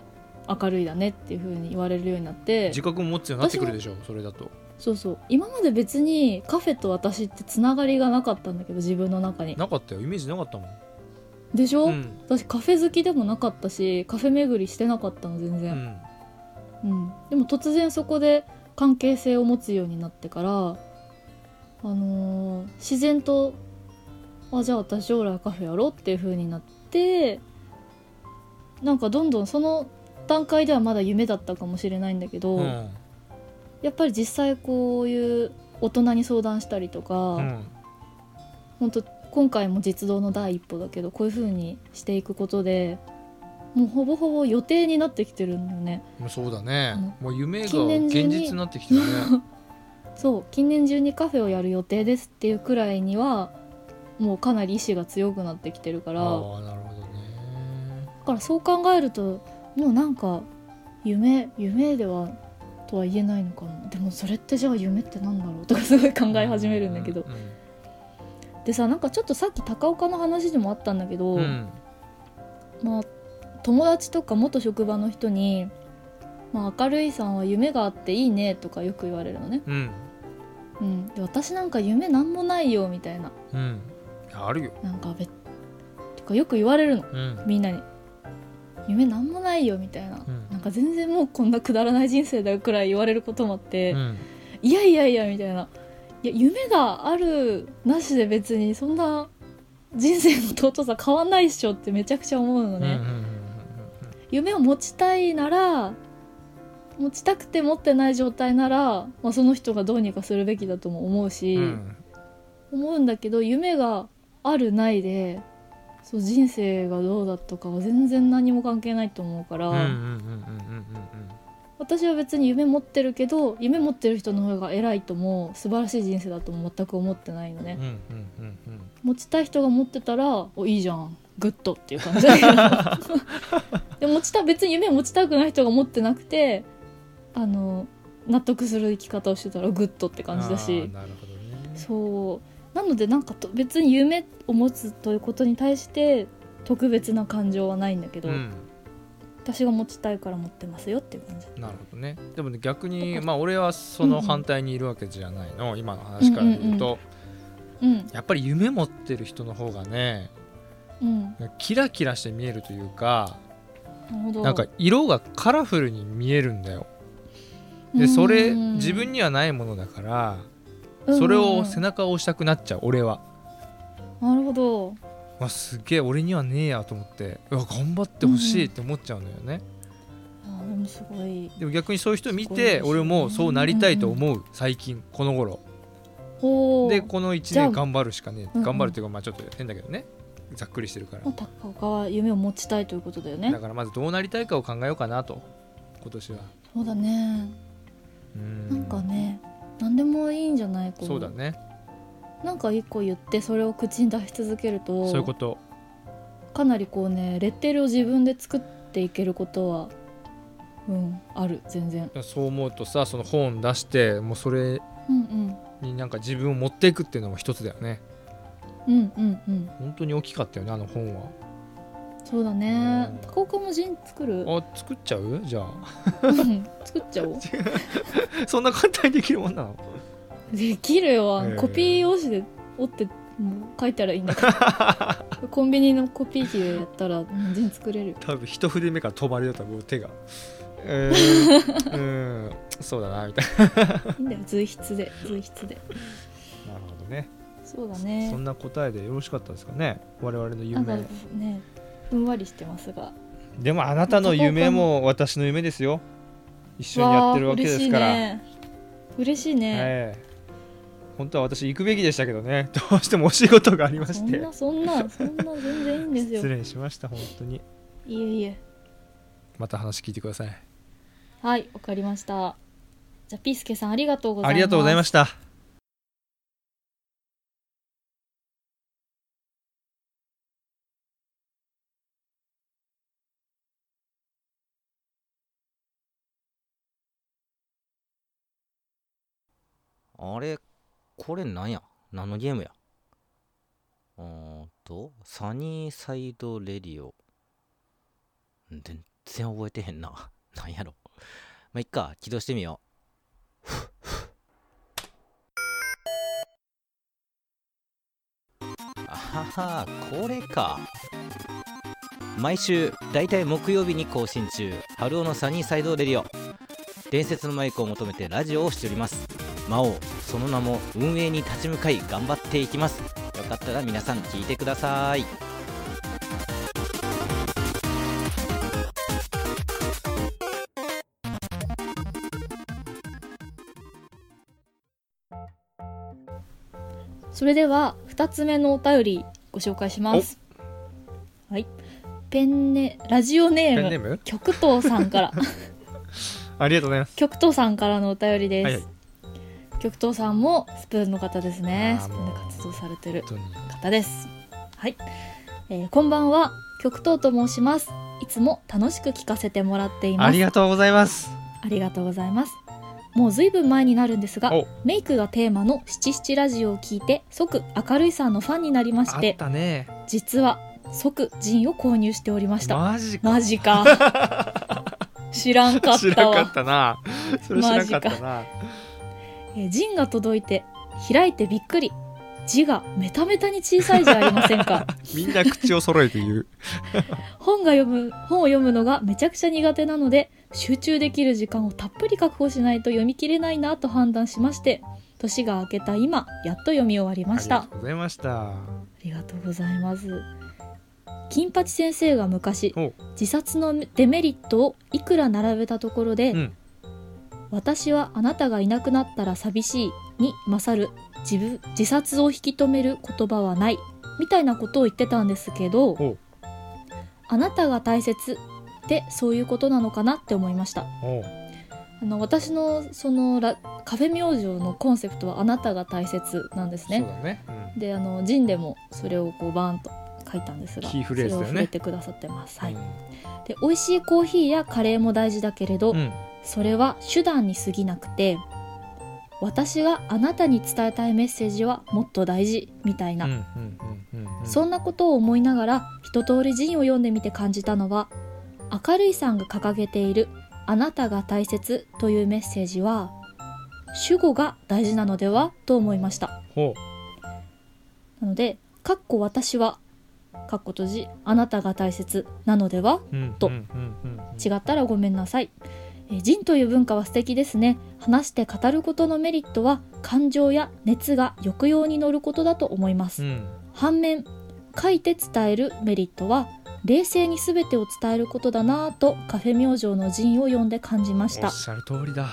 Speaker 1: 明るいだねっていう風に言われるようになって
Speaker 2: 自覚を持つようになってくるでしょそれだと
Speaker 1: そうそう今まで別にカフェと私ってつながりがなかったんだけど自分の中に
Speaker 2: なかったよイメージなかったもん
Speaker 1: でしょ、
Speaker 2: うん
Speaker 1: 私カフェ好きでもなかったしカフェ巡りしてなかったの全
Speaker 2: う
Speaker 1: 然、
Speaker 2: ん
Speaker 1: うんでも突然そこで関係性を持つようになってからあのー自然とあじゃあ私将来カフェやろうっていう風になってなんかどんどんその段階ではまだ夢だったかもしれないんだけど、
Speaker 2: うん
Speaker 1: やっぱり実際こういう大人に相談したりとか、
Speaker 2: うん
Speaker 1: 本当今回も実動の第一歩だけどこういう風にしていくことでもうほぼほぼ予定になってきてるんだよね
Speaker 2: もうそうだねもう夢が
Speaker 1: 近年中
Speaker 2: 現
Speaker 1: に
Speaker 2: 実になってき たね
Speaker 1: そう近年中にカフェをやる予定ですっていうくらいにはもうかなり意志が強くなってきてるか
Speaker 2: あ
Speaker 1: らだ
Speaker 2: あなるほどね
Speaker 1: からそう考えるともうなんか夢夢ではとは言えないのかもでもそれってじゃあ夢ってなんだろうとかすごい考え始めるんだけど
Speaker 2: うん
Speaker 1: でさなんかちょっとさっき高岡の話でもあったんだけど、
Speaker 2: うんうん
Speaker 1: まあ、友達とか元職場の人に「まあ、明るいさんは夢があっていいね」とかよく言われるのね、
Speaker 2: うん
Speaker 1: うん、で私なんか夢なんもないよみたいな
Speaker 2: うんあるよ
Speaker 1: なんかべとかよく言われるの
Speaker 2: うん
Speaker 1: みんなに「夢なんもないよ」みたいな、
Speaker 2: うん
Speaker 1: なんか全然もうこんなくだらない人生だよくらい言われることもあって「
Speaker 2: うん
Speaker 1: いやいやいや」みたいな「いや夢があるなしで別にそんな人生の尊さ変わんないっしょ」ってめちゃくちゃ思うの
Speaker 2: うんうん
Speaker 1: ね。
Speaker 2: うん
Speaker 1: 夢を持ちたいなら持ちたくて持ってない状態なら、まあ、その人がどうにかするべきだとも思うし、
Speaker 2: うん
Speaker 1: 思うんだけど夢があるないでそう人生がどうだとかは全然何も関係ないと思うから、
Speaker 2: うんうんうんうんう
Speaker 1: 私は別に夢持ってるけど夢持ってる人の方が偉いとも素晴らしい人生だとも全く思ってないのね、
Speaker 2: んうんうんうんうんうん
Speaker 1: 持ちたい人が持ってたらおいいじゃんグッドっていう 感じだけどで持ちた別に夢持ちたくない人が持ってなくてあの納得する生き方をしてたらグッドって感じだ
Speaker 2: あー
Speaker 1: し
Speaker 2: なるほどね
Speaker 1: そうなのでなんかと別に夢を持つということに対して特別な感情はないんだけど、
Speaker 2: うん
Speaker 1: 私が持ちたいから持ってますよっていう感じ
Speaker 2: なるほどねでもね逆
Speaker 1: だ
Speaker 2: に
Speaker 1: から
Speaker 2: まあ俺はその反対にいるわけじゃないの、今の話から言うと、
Speaker 1: うん
Speaker 2: やっぱり夢持ってる人の方がね
Speaker 1: うん
Speaker 2: キラキラして見えるというか
Speaker 1: なるほど
Speaker 2: なんか色がカラフルに見えるんだよでそれ自分
Speaker 1: に
Speaker 2: にはないものだからそれを背中を押したくなっちゃう俺は、
Speaker 1: なるほど
Speaker 2: まあ、すげえ俺にはねえやと思ってうわ頑張ってほしいって思っちゃうのよね、
Speaker 1: あでもすごい
Speaker 2: でも逆にそういう人見
Speaker 1: すごいです
Speaker 2: て
Speaker 1: ね
Speaker 2: 俺もそうなりたいと思う最近この頃
Speaker 1: おお
Speaker 2: でこの1
Speaker 1: じゃあ
Speaker 2: 年頑張るしかね
Speaker 1: うんうん
Speaker 2: 頑張るっていうかまあちょっと変だけどねざっくりしてるから
Speaker 1: まあ、高岡は夢を持ちたいということだよね
Speaker 2: だ。からまずどうなりたいかを考えようかなと今年は
Speaker 1: そうだね。
Speaker 2: う
Speaker 1: なんかね、何でもいいんじゃないこ
Speaker 2: そうだ。ね
Speaker 1: なんか一個言ってそれを口に出し続けると、
Speaker 2: そういうこと
Speaker 1: かなりこうねレッテルを自分で作っていけることは、うんある全然。
Speaker 2: そう思うとさその本出してもうそれ
Speaker 1: うん
Speaker 2: になんか自分を持っていくっていうのも一つだよね
Speaker 1: うんうんうんうん。
Speaker 2: 本当に大きかったよねあの本は
Speaker 1: そうだね
Speaker 2: うん。
Speaker 1: 高岡もジン作る。
Speaker 2: あ作っちゃうじゃ
Speaker 1: うん 作っちゃおう。
Speaker 2: あそんな簡単にできるもんなの
Speaker 1: できるよ、あの
Speaker 2: へえ
Speaker 1: コピー用紙で折ってもう書いたらいいんだけ どコンビニのコピー機でやったらうん全然作れる
Speaker 2: 多分一筆目から飛ばれよ多分手が うーんうーんそうだなみたい
Speaker 1: いいんだよ随筆で随筆で
Speaker 2: ななるほどね
Speaker 1: そうだ
Speaker 2: そ
Speaker 1: ね
Speaker 2: んな答えでよろしかったですかね我々の
Speaker 1: なんか
Speaker 2: 夢
Speaker 1: ねふんわりしてますが
Speaker 2: でもあなたの夢も私の夢ですよ一緒にやってるわけですから、
Speaker 1: わあ嬉しいね
Speaker 2: ええ本当は私行くべきでしたけどねどうしてもお仕事がありま
Speaker 1: 嬉し
Speaker 2: し
Speaker 1: いね
Speaker 2: て
Speaker 1: そんなそんなそんな全然いいんです
Speaker 2: 失
Speaker 1: よ
Speaker 2: 礼しました本当に
Speaker 1: いえいえ
Speaker 2: また話聞いてください
Speaker 1: はいわかりましたじゃあピースケさんありがとうございます
Speaker 2: ありがとうございました
Speaker 3: あれこれなんや何のゲームやうーんと、サニーサイドレディオ。全然覚えてへんな。 なんやろ。まあ、いっか、起動してみよう。 あはは、これか。毎週、だいたい木曜日に更新中、春尾のサニーサイドレディオ。伝説のマイクを求めてラジオをしております。魔王その名も運営に立ち向かい頑張っていきますよかったら皆さん聞いてください
Speaker 1: それでは2つ目のお便りご紹介しますはいペンネラジオネ
Speaker 2: ペン
Speaker 1: ー
Speaker 2: ネー
Speaker 1: ム
Speaker 2: ム
Speaker 1: 極東さんから
Speaker 2: ありがとうございます
Speaker 1: 極東さんからのお便りです、
Speaker 2: はいはい
Speaker 1: 極東さんもスプーンの方ですね
Speaker 2: あー
Speaker 1: スプーンで
Speaker 2: もう
Speaker 1: 活動されてる
Speaker 2: 本当に
Speaker 1: 方ですはい、えーこんばんは極東と申しますいつも楽しく聞かせてもらっています
Speaker 2: ありがとうございます
Speaker 1: ありがとうございますもうずいぶん前になるんですが
Speaker 2: お
Speaker 1: メイクがテーマの「七七ラジオ」を聞いて即明るいさんのファンになりま
Speaker 2: あ
Speaker 1: し
Speaker 2: ってたね
Speaker 1: 実は即ジンを購入しておりました
Speaker 2: マジか
Speaker 1: マジか 知らんかっ
Speaker 2: 知ら
Speaker 1: た
Speaker 2: な
Speaker 1: わ
Speaker 2: かったなそれ知らなかったな
Speaker 1: えージンが届いて開いてびっくり字がメタメタに小さいじゃありませんか
Speaker 2: みんな口を揃えて言う
Speaker 1: 本が読む本を読むのがめちゃくちゃ苦手なので集中できる時間をたっぷり確保しないと読み切れないなと判断しまして年が明けた今やっと読み終わりました
Speaker 2: ありがとうございました
Speaker 1: ありがとうございます。金八先生が昔
Speaker 2: おう
Speaker 1: 自殺のデメリットをいくら並べたところで、
Speaker 2: うん
Speaker 1: 私はあなたがいなくなったら寂しいに勝る自分自殺を引き止める言葉はないみたいなことを言ってたんですけど
Speaker 2: おう
Speaker 1: あなたが大切ってそういうことなのかなって思いました
Speaker 2: おう
Speaker 1: あの私のそのラカフェ明星のコンセプトはあなたが大切なんです
Speaker 2: そう
Speaker 1: ね
Speaker 2: だね、うん
Speaker 1: であのジンでもそれをこうバーンと書いたんですが
Speaker 2: キーフレーズだよ
Speaker 1: それを
Speaker 2: ね
Speaker 1: 触れてくださってます、はい
Speaker 2: うん
Speaker 1: で美味しいコーヒーやカレーも大事だけれど、
Speaker 2: うん
Speaker 1: それは手段に過ぎなくて私があなたに伝えたいメッセージはもっと大事みたいな、
Speaker 2: うんうんうんうんうん
Speaker 1: そんなことを思いながら一通りジンを読んでみて感じたのは明るいさんが掲げている「あなたが大切」というメッセージは主語が大事なのではと思いました
Speaker 2: ほ
Speaker 1: なので「かっこ私は」かっこ閉じ「あなたが大切」なのでは
Speaker 2: ううん
Speaker 1: と
Speaker 2: うんうんうん
Speaker 1: 違ったらごめんなさい。えー人という文化は素敵ですね。話して語ることのメリットは感情や熱が抑揚に乗ることだと思いま
Speaker 2: う
Speaker 1: す。
Speaker 2: ん
Speaker 1: 反面、書いて伝えるメリットは冷静に全てを伝えることだなぁとカフェ明星の陣を読んで感じまし。
Speaker 2: おったしゃる通りだ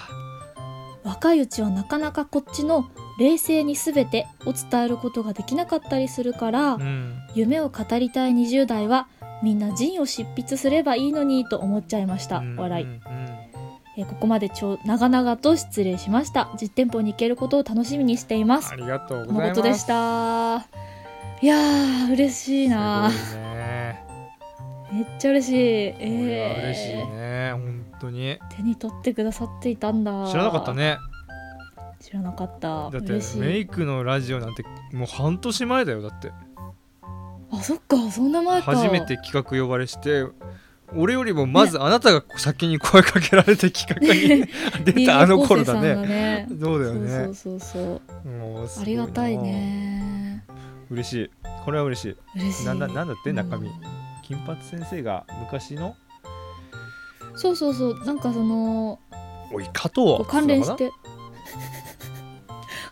Speaker 1: 若いうちはなかなかこっちの冷静に全てを伝えることができなかったりするから、
Speaker 2: うん
Speaker 1: 夢を語りたい20代はみんな陣を執筆すればいいのにと思っちゃいました。笑い。
Speaker 2: うんうん
Speaker 1: えーここまでちょ長々と失礼しました実店舗に行けることを楽しみにしています
Speaker 2: ありがとうござい
Speaker 1: ま
Speaker 2: ま
Speaker 1: こと
Speaker 2: す
Speaker 1: でしたいやー嬉しいな
Speaker 2: すごいね
Speaker 1: めっちゃ嬉しい
Speaker 2: これは嬉しい
Speaker 1: え
Speaker 2: ね本当に
Speaker 1: ー手に取ってくださっていたんだ
Speaker 2: 知らなかったね
Speaker 1: 知らなかった
Speaker 2: だって
Speaker 1: 嬉し
Speaker 2: メ
Speaker 1: い
Speaker 2: イクのラジオなんてもう半年前だよだって
Speaker 1: あそっかそんな前か
Speaker 2: 初めて企画呼ばれして俺よりもまずあなたが先に声かけられて企画 に出たあの頃だね
Speaker 1: ね
Speaker 2: そうだ
Speaker 1: そ
Speaker 2: よ
Speaker 1: うそう
Speaker 2: ね
Speaker 1: そうそう
Speaker 2: もうす
Speaker 1: あ
Speaker 2: ご
Speaker 1: りがたいね
Speaker 2: 嬉しいこれは嬉し
Speaker 1: 嬉し
Speaker 2: い
Speaker 1: い
Speaker 2: なんだなんだって中身
Speaker 1: うん
Speaker 2: 金髪先生が昔の
Speaker 1: そうそうそうなんかその
Speaker 2: おい加藤
Speaker 1: 関連して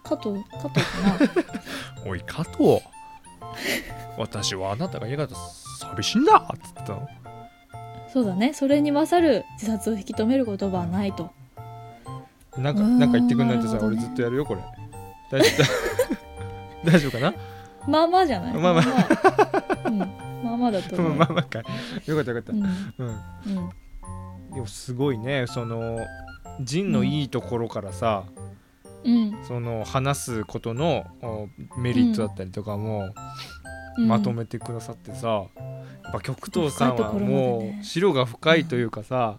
Speaker 1: 加藤加藤かな
Speaker 2: おい加藤私はあなたが嫌だと寂しいんだっつってたの
Speaker 1: そうだねそれに勝る自殺を引き止める言葉はないと
Speaker 2: なん
Speaker 1: う
Speaker 2: か
Speaker 1: ーん
Speaker 2: なんか言ってくんないと
Speaker 1: な
Speaker 2: さ、
Speaker 1: るほど
Speaker 2: 俺
Speaker 1: ね
Speaker 2: ずっとやるよこれ大丈夫 大丈夫かな
Speaker 1: まあまあじゃない
Speaker 2: まあま
Speaker 1: あ、うん、まあまあだと
Speaker 2: ま
Speaker 1: 思
Speaker 2: あ
Speaker 1: う、
Speaker 2: まあまあかよかったよか
Speaker 1: う
Speaker 2: っ
Speaker 1: ん
Speaker 2: たうん
Speaker 1: うん
Speaker 2: でもすごいねそのジンのいいところからさ、
Speaker 1: うん
Speaker 2: その話すことのおメリットだったりとかも
Speaker 1: うん、
Speaker 2: まとめてくださってさ、やっぱ極東さ
Speaker 1: 深
Speaker 2: ん
Speaker 1: いと
Speaker 2: は
Speaker 1: ころまで
Speaker 2: も
Speaker 1: ね
Speaker 2: う白が深いというかさ、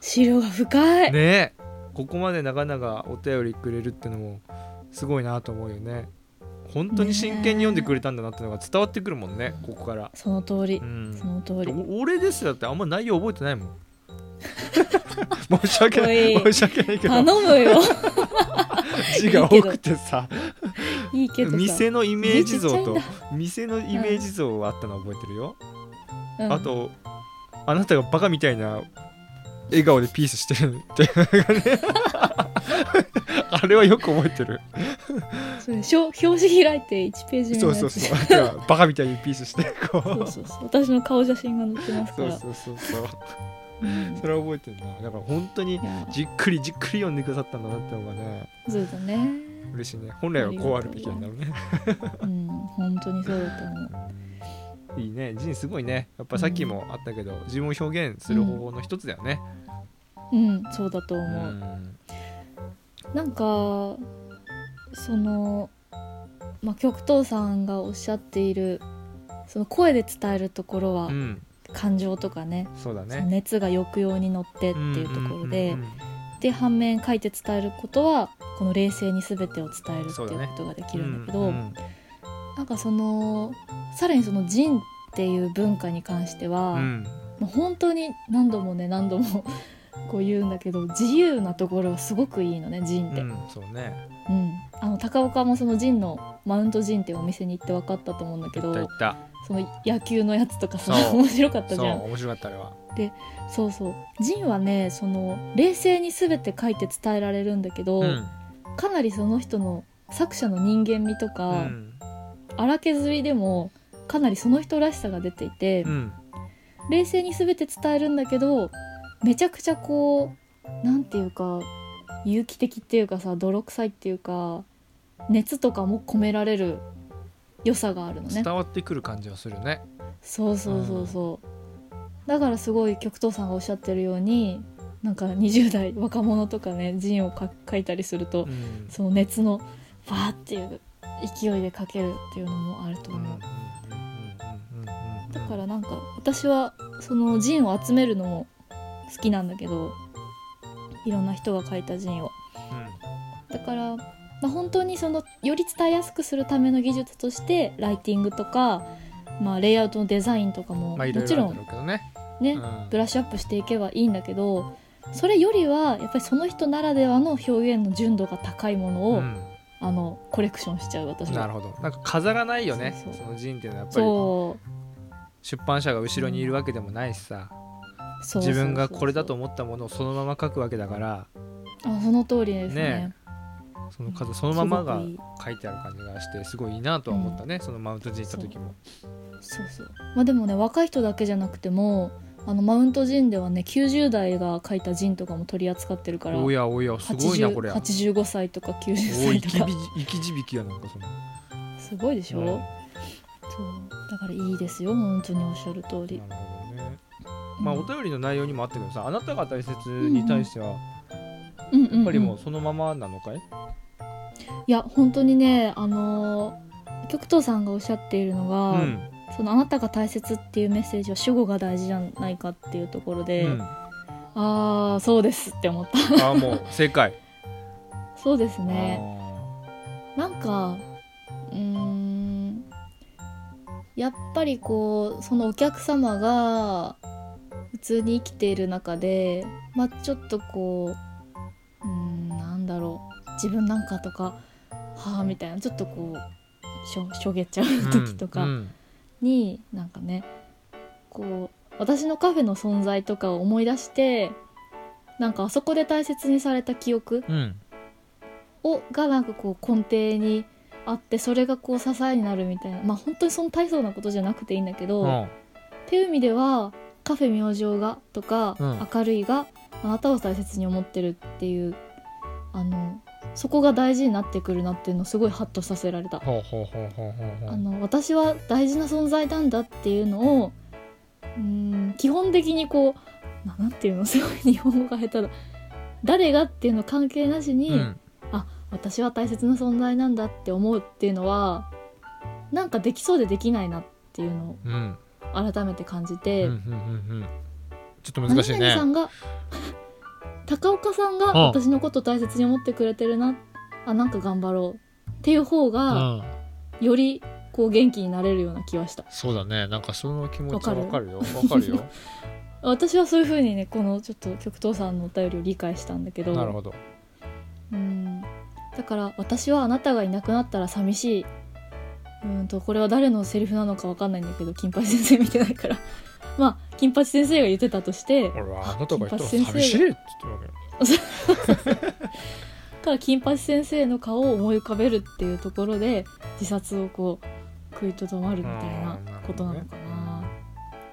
Speaker 1: 資料が深い、
Speaker 2: ねここまで長々お便りくれるってのもすごいなと思うよね本当に真剣に読んでくれたんだなってのが伝わってくるもんねここから、
Speaker 1: その通り
Speaker 2: う、ん
Speaker 1: そ、の通り
Speaker 2: お俺ですらだってあんま内容覚えてないも ん申し訳な
Speaker 1: お
Speaker 2: い
Speaker 1: い
Speaker 2: 申し訳ないけど
Speaker 1: 頼む よ
Speaker 2: 字が多くてさ
Speaker 1: いいけどさ
Speaker 2: 店のイメージ像
Speaker 1: 言え
Speaker 2: と
Speaker 1: ちゃ
Speaker 2: 店のイメージ像はあったの覚えてるよ、
Speaker 1: うんだ
Speaker 2: あとあなたがバカみたいな笑顔でピースしてるっ ていうのがねあれはよく覚えてる
Speaker 1: うんそれ表表紙開いて1ページ目の
Speaker 2: そ
Speaker 1: や
Speaker 2: う
Speaker 1: つ
Speaker 2: そうそうあとはバカみたいにピースしてこう
Speaker 1: そうそうそう私の顔写真が載ってますか
Speaker 2: そう
Speaker 1: ら
Speaker 2: そうそうそう
Speaker 1: うん
Speaker 2: それは覚えてるなだから本当に
Speaker 1: いや
Speaker 2: じっくりじっくり読んでくださったんだなってのがね
Speaker 1: そうだね
Speaker 2: 嬉しいね本来はこうあるべきなんだろうね
Speaker 1: うん本当にそうだと思う
Speaker 2: いいねジンすごいねやっぱさっきもあったけど、自分を表現する方法の一つだよね、
Speaker 1: うんそうだと思
Speaker 2: う
Speaker 1: う、
Speaker 2: ん
Speaker 1: なんかその、まあ、極東さんがおっしゃっているその声で伝えるところは
Speaker 2: うん
Speaker 1: 感情とかね、
Speaker 2: そうだ
Speaker 1: その
Speaker 2: ね
Speaker 1: 熱が抑揚に乗ってっていうところで、
Speaker 2: うんうんうん
Speaker 1: で反面書いて伝えることはこの冷静に全てを伝えるって
Speaker 2: そうだ
Speaker 1: い
Speaker 2: ね
Speaker 1: うことができるんだけど、
Speaker 2: うんうん
Speaker 1: なんかそのさらにその「人」っていう文化に関しては、
Speaker 2: うん
Speaker 1: もう本当に何度もね何度も こう言うんだけど自由なところがすごくいいのね「人」って。
Speaker 2: うんそうね
Speaker 1: うん、あの高岡もそのジンのマウントジンっていうお店に行って分かったと思うんだけ
Speaker 2: いったいっ
Speaker 1: ど
Speaker 2: た
Speaker 1: その野球のやつとかさ
Speaker 2: そう
Speaker 1: 面白かったじ
Speaker 2: そう
Speaker 1: ゃん
Speaker 2: 面白かったあれは
Speaker 1: そうそうジンはねその冷静に全て書いて伝えられるんだけど、
Speaker 2: うん
Speaker 1: かなりその人の作者の人間味とか、
Speaker 2: うん
Speaker 1: 荒削りでもかなりその人らしさが出ていて、
Speaker 2: うん
Speaker 1: 冷静に全て伝えるんだけどめちゃくちゃこうなんていうか有機的っていうかさ泥臭いっていうか熱とかも込められる良さがあるのね
Speaker 2: 伝わってくる感じはするね
Speaker 1: そうそうそうそう、だからすごい極東さんがおっしゃってるようになんか20代若者とかね陣をか書いたりすると、
Speaker 2: うん
Speaker 1: その熱のバーっていう勢いで書けるっていうのもあると
Speaker 2: うんうんうん
Speaker 1: 思う、
Speaker 2: うんうんうん
Speaker 1: だからなんか私はその陣を集めるのも好きなんだけどいろんな人が書いた陣をだから、まあ、本当にそのより伝えやすくするための技術としてライティングとか、まあ、レイアウトのデザインとか
Speaker 2: う
Speaker 1: も
Speaker 2: んまあい
Speaker 1: も
Speaker 2: ろい
Speaker 1: ち
Speaker 2: ろ
Speaker 1: ろ
Speaker 2: あるんだ
Speaker 1: ん
Speaker 2: ろうけどね
Speaker 1: ね、
Speaker 2: うん
Speaker 1: ブラッシュアップしていけばいいんだけどそれよりはやっぱりその人ならではの表現の純度が高いものを、
Speaker 2: うん
Speaker 1: あのコレクションしちゃう私
Speaker 2: な
Speaker 1: は。
Speaker 2: るほどなんか飾らないよね
Speaker 1: そうそう
Speaker 2: そのジーンっていうのはやっぱり
Speaker 1: そう
Speaker 2: 出版社が後ろにいるわけでもないしさ
Speaker 1: そう
Speaker 2: 自分がこれだと
Speaker 1: 思
Speaker 2: 思ったものをそのまま書くわけだから
Speaker 1: あその通りですね
Speaker 2: ねその数そのまますが
Speaker 1: ごくいい
Speaker 2: 書いてある感じがしてすごいいいなとは思ったね、そのマウントジーンした時も
Speaker 1: そうそうまあでもね若い人だけじゃなくてもあのマウントジンではね90代が書いたジンとかも取り扱ってるから
Speaker 2: おやおやすごいな
Speaker 1: 80
Speaker 2: これお
Speaker 1: 85歳とか90
Speaker 2: い
Speaker 1: 歳
Speaker 2: 生
Speaker 1: と
Speaker 2: き
Speaker 1: か
Speaker 2: び生き字引きやなんかその
Speaker 1: すごいでしょ、
Speaker 2: うん
Speaker 1: そう
Speaker 2: な
Speaker 1: だからいいですよ本当におっしゃる通り
Speaker 2: る、ほどねまあ
Speaker 1: うん
Speaker 2: お便りの内容にもあったけどさあなたが大切に対してはや
Speaker 1: うんうんうん
Speaker 2: っぱりもうそのままなのかい、
Speaker 1: いや本当にねあのー極東さんがおっしゃっているの
Speaker 2: う
Speaker 1: が、
Speaker 2: ん
Speaker 1: そのあなたが大切っていうメッセージは主語が大事じゃないかっていうところで、
Speaker 2: うん、
Speaker 1: ああそうですって思った
Speaker 2: ああもう正解
Speaker 1: そうです ね
Speaker 2: あ
Speaker 1: なんかうーんやっぱりこうそのお客様が普通に生きている中でまあちょっとこううーんなんだろう自分なんかとかはあみたいなちょっとこうしょしょげちゃう
Speaker 2: ー
Speaker 1: 時と
Speaker 2: うんう
Speaker 1: か
Speaker 2: ん
Speaker 1: に、なんかねこう私のカフェの存在とかを思い出してなんかあそこで大切にされた記憶
Speaker 2: うん
Speaker 1: をがなんかこう根底にあってそれがこう支えになるみたいなまあ本当にその大層なことじゃなくていいんだけど、
Speaker 2: うん
Speaker 1: っていう意味では「カフェ明星が」とか「
Speaker 2: うん
Speaker 1: 明るいが」あなたを大切に思ってるっていうあのそこが大事になってくるなっていうのをすごいハッとさせられた。
Speaker 2: ほうほうほうほうほうほ
Speaker 1: あ
Speaker 2: う
Speaker 1: の私は大事な存在なんだっていうのをうーん基本的にこうななんていうの すごい日本語が下手だ誰がっていうの関係なしに、
Speaker 2: うん
Speaker 1: 私は大切な存在なんだって思うっていうのはなんかできそうでできないなっていうのを
Speaker 2: うん
Speaker 1: 改めて感じ
Speaker 2: うん
Speaker 1: て、
Speaker 2: うんうんうんちょっと難しいね
Speaker 1: 何々さんが 高岡さんが
Speaker 2: うん
Speaker 1: 私のこと大切に思ってくれてるなあなんか頑張ろうっていう方が
Speaker 2: うん
Speaker 1: よりこう元気になれるような気はした
Speaker 2: そうだねなんかその気持ちはわ
Speaker 1: わ
Speaker 2: か
Speaker 1: か
Speaker 2: るよわかる よ
Speaker 1: 私はそういうふうにねこのちょっと極東さんのお便りを理解したんだけど
Speaker 2: なるほど
Speaker 1: うんだから私はあなたがいなくなったら寂しいうんとこれは誰のセリフなのかわかんないんだけど金八先生見てないから まあ金八先生が言ってたとして
Speaker 2: 俺はあなたが言ったら
Speaker 1: 金八先生が
Speaker 2: 寂しいって言ってるわ
Speaker 1: から金八先生の顔を思い浮かべるっていうところで自殺をこう食いとどまるみたいなことなのかな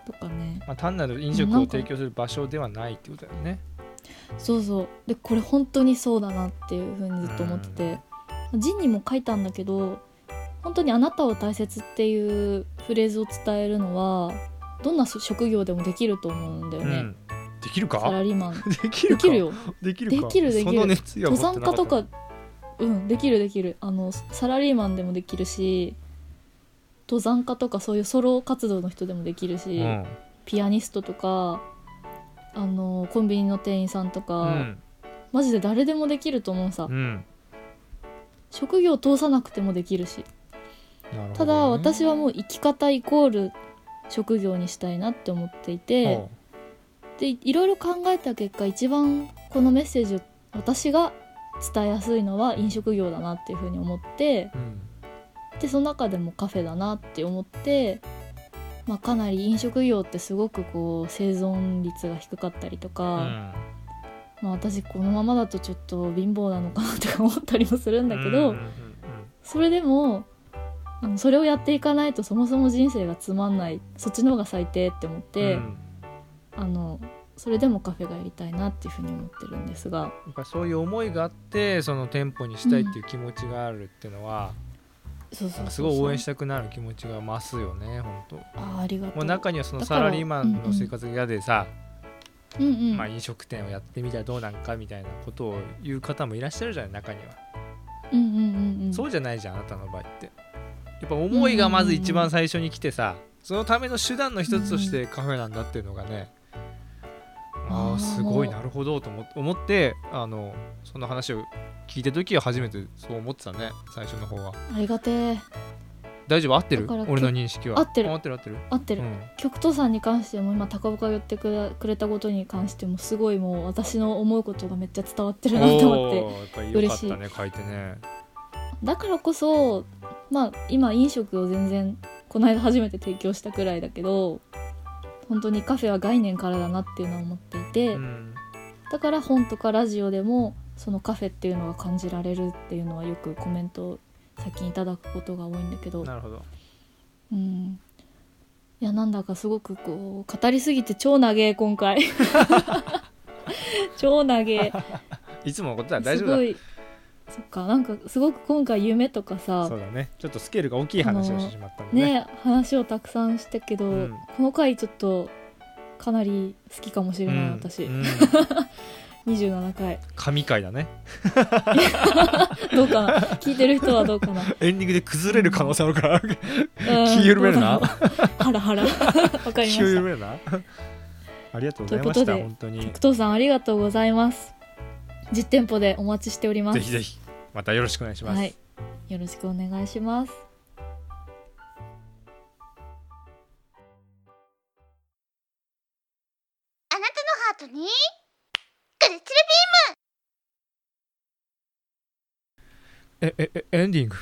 Speaker 1: とかね
Speaker 2: け、まあ、単なる飲食を提供する場所ではないってことだよね
Speaker 1: そうそうでこれ本当にそうだなっていうふうにずっと思っててジンにも書いたんだけど本当に「あなたを大切」っていうフレーズを伝えるのはどんな職業でもできると思うんだよね、
Speaker 2: うんできる
Speaker 1: サラ
Speaker 2: か
Speaker 1: リーマン
Speaker 2: できる
Speaker 1: で
Speaker 2: か
Speaker 1: きるよ
Speaker 2: できるか
Speaker 1: できるできる
Speaker 2: その熱意は
Speaker 1: 登
Speaker 2: 持っ
Speaker 1: 山家
Speaker 2: てなった
Speaker 1: とかうんできるできるあのサラリーマンでもできるし登山家とかそういうソロ活動の人でもできるし、
Speaker 2: うん
Speaker 1: ピアニストとかあのコンビニの店員さんとか、
Speaker 2: うん
Speaker 1: マジで誰でもできると思うさ、
Speaker 2: うん
Speaker 1: 職業を通さなくてもできるし
Speaker 2: なるほどね
Speaker 1: ただ私はもう生き方イコール職業にしたいなって思っていて
Speaker 2: ほ
Speaker 1: でいろいろ考えた結果一番このメッセージを私が伝えやすいのは飲食業だなっていうふうに思って
Speaker 2: ううん
Speaker 1: でその中でもカフェだなって思って、まあ、かなり飲食業ってすごくこう生存率が低かったりと
Speaker 2: う
Speaker 1: か、
Speaker 2: ん
Speaker 1: まあ、私このままだとちょっと貧乏なのかなとか思ったりもするんだけど。
Speaker 2: うんうんうん
Speaker 1: それでもあのそれをやっていかないとそもそも人生がつまんないそっちの方が最低って思って、
Speaker 2: うん
Speaker 1: あのそれでもカフェがやりたいなっていうふうに思ってるんですが
Speaker 2: やっぱそういう思いがあってその店舗にしたいっていう気持ちがあるっていうのは、
Speaker 1: そうそうそうそう
Speaker 2: すごい応援したくなる気持ちが増すよね本当。も
Speaker 1: あーありがとう
Speaker 2: う中にはその
Speaker 1: だから
Speaker 2: サラリーマンの生活が嫌でさ、
Speaker 1: うんうん、
Speaker 2: まあ、飲食店をやってみたらどうなんかみたいなことを言う方もいらっしゃるじゃない中には、
Speaker 1: うんうんうんうん
Speaker 2: そうじゃないじゃんあなたの場合ってやっぱ思いがまず一番最初に来てさ、そのための手段の一つとしてカフェなんだっていうのがね、あ
Speaker 1: あ
Speaker 2: あ
Speaker 1: ー
Speaker 2: すごいなるほどと思思ってあのその話を聞いた時は初めてそう思ってたね最初の方は
Speaker 1: ありがてえ
Speaker 2: 大丈夫合ってる
Speaker 1: だから
Speaker 2: 俺の認識は
Speaker 1: 合ってる
Speaker 2: 合ってる合ってる
Speaker 1: 合ってる、
Speaker 2: うん
Speaker 1: 極東さんに関しても今高岡が言ってくれくれたことに関してもすごいもう私の思うことがめっちゃ伝わってるなと思って
Speaker 2: おーやっぱりよかったね書いてね
Speaker 1: だからこそまあ今飲食を全然この間初めて提供したくらいだけど本当にカフェは概念からだなっていうのは思っていて、
Speaker 2: うん
Speaker 1: だから本とかラジオでもそのカフェっていうのが感じられるっていうのはよくコメントを最近いただくことが多いんだけど
Speaker 2: なるほど
Speaker 1: うんいやなんだかすごくこう語りすぎて超長え今 回超長え
Speaker 2: いつものことだ大
Speaker 1: す
Speaker 2: 丈夫だ
Speaker 1: ごいそっかなんかすごく今回夢とかさ
Speaker 2: そうだねちょっとスケールが大きい話をしてしまったのね
Speaker 1: ね話をたくさんしたけど、
Speaker 2: うん
Speaker 1: この回ちょっとかなり好きかもしれない、
Speaker 2: うん
Speaker 1: 私、
Speaker 2: うん
Speaker 1: 27回
Speaker 2: 神回だね
Speaker 1: どうか な聞いてる人はどうかな、
Speaker 2: エンディングで崩れる可能性あるから
Speaker 1: うん、
Speaker 2: 気緩める な
Speaker 1: どうだろうハラ ハラわかりま
Speaker 2: 気を緩
Speaker 1: した
Speaker 2: めるなありがとうございまし
Speaker 1: と
Speaker 2: た
Speaker 1: いう
Speaker 2: 本当に
Speaker 1: 徳藤さんありがとうございます実店舗でお待ちしております
Speaker 2: ぜひぜひまたよろしくお願いします、
Speaker 1: はい、よろしくお願いします
Speaker 4: あなたのハートにグレッチレ
Speaker 2: えええエンディング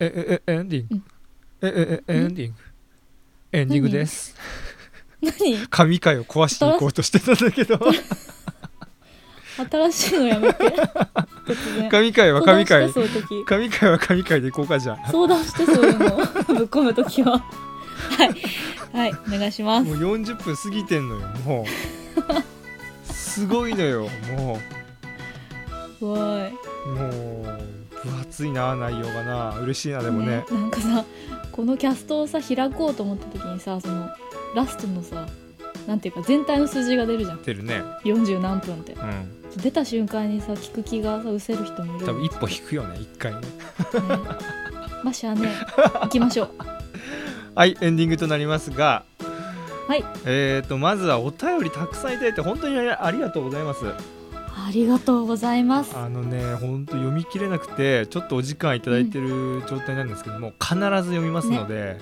Speaker 2: えええエンディング、
Speaker 1: うん
Speaker 2: えええエンディングエンディングです
Speaker 1: 何
Speaker 2: 神回を壊しに行こうとしてたんだけど
Speaker 1: 新しいのやめて突然
Speaker 2: 神回は神
Speaker 1: 相談
Speaker 2: 回
Speaker 1: してそういう時
Speaker 2: 神回は神回で行こうかじゃあ
Speaker 1: 相談してそう いうのぶっ込む時ははいはいお願いします
Speaker 2: もう40分過ぎてんのよもうすごいのよも
Speaker 1: すごいう
Speaker 2: もう分厚いな内容がな嬉しいなでもね
Speaker 1: なんかさこのキャストをさ開こうと思った時にさそのラストのさなんていうか全体の数字が出るじゃん
Speaker 2: 出るね
Speaker 1: 40何分って
Speaker 2: うん
Speaker 1: 出た瞬間にさ聞く気がさ失せる人もいる
Speaker 2: 多
Speaker 1: よ
Speaker 2: 分
Speaker 1: ね
Speaker 2: 一歩引くよね一回ね
Speaker 1: まあしゃあね行きましょう
Speaker 2: はいエンディングとなりますが
Speaker 1: はい
Speaker 2: えーとまずはお便りたくさんいただいて本当にありがとうございます
Speaker 1: ありがとうございます
Speaker 2: あのね本当読み切れなくてちょっとお時間いただいてる状態なんですけども、必ず読みますので、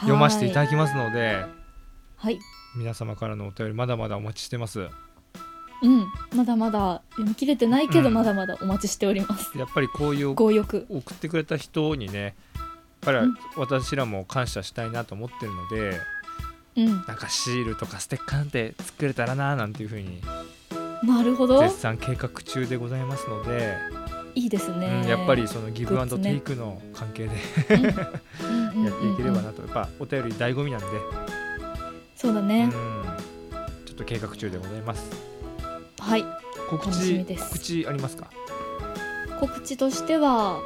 Speaker 2: 読ませていた
Speaker 1: だ
Speaker 2: だきますので
Speaker 1: はい
Speaker 2: 皆様からのお便りまだまだお待ちしてます
Speaker 1: うん、まだまだ読み切れてないけど、
Speaker 2: うん
Speaker 1: まだまだお待ちしております。
Speaker 2: やっぱりこういう
Speaker 1: 強欲。
Speaker 2: 送ってくれた人にねやっぱり
Speaker 1: うん
Speaker 2: 私らも感謝したいなと思ってるので、
Speaker 1: うん、
Speaker 2: なんかシールとかステッカーなんて作れたらななんていうふうに
Speaker 1: なるほど。
Speaker 2: 絶賛計画中でございますので、
Speaker 1: いいですね。
Speaker 2: うんやっぱりそのギブアンド
Speaker 1: グッズね
Speaker 2: テイクの関係で
Speaker 1: うんうんうんうん
Speaker 2: やっていければなと、やっぱお便り醍醐味なんで、
Speaker 1: そうだ
Speaker 2: う
Speaker 1: ね
Speaker 2: ん。ちょっと計画中でございます
Speaker 1: はい。
Speaker 2: 告
Speaker 1: 楽し
Speaker 2: 知
Speaker 1: みです
Speaker 2: 告知ありますか
Speaker 1: 告知としては、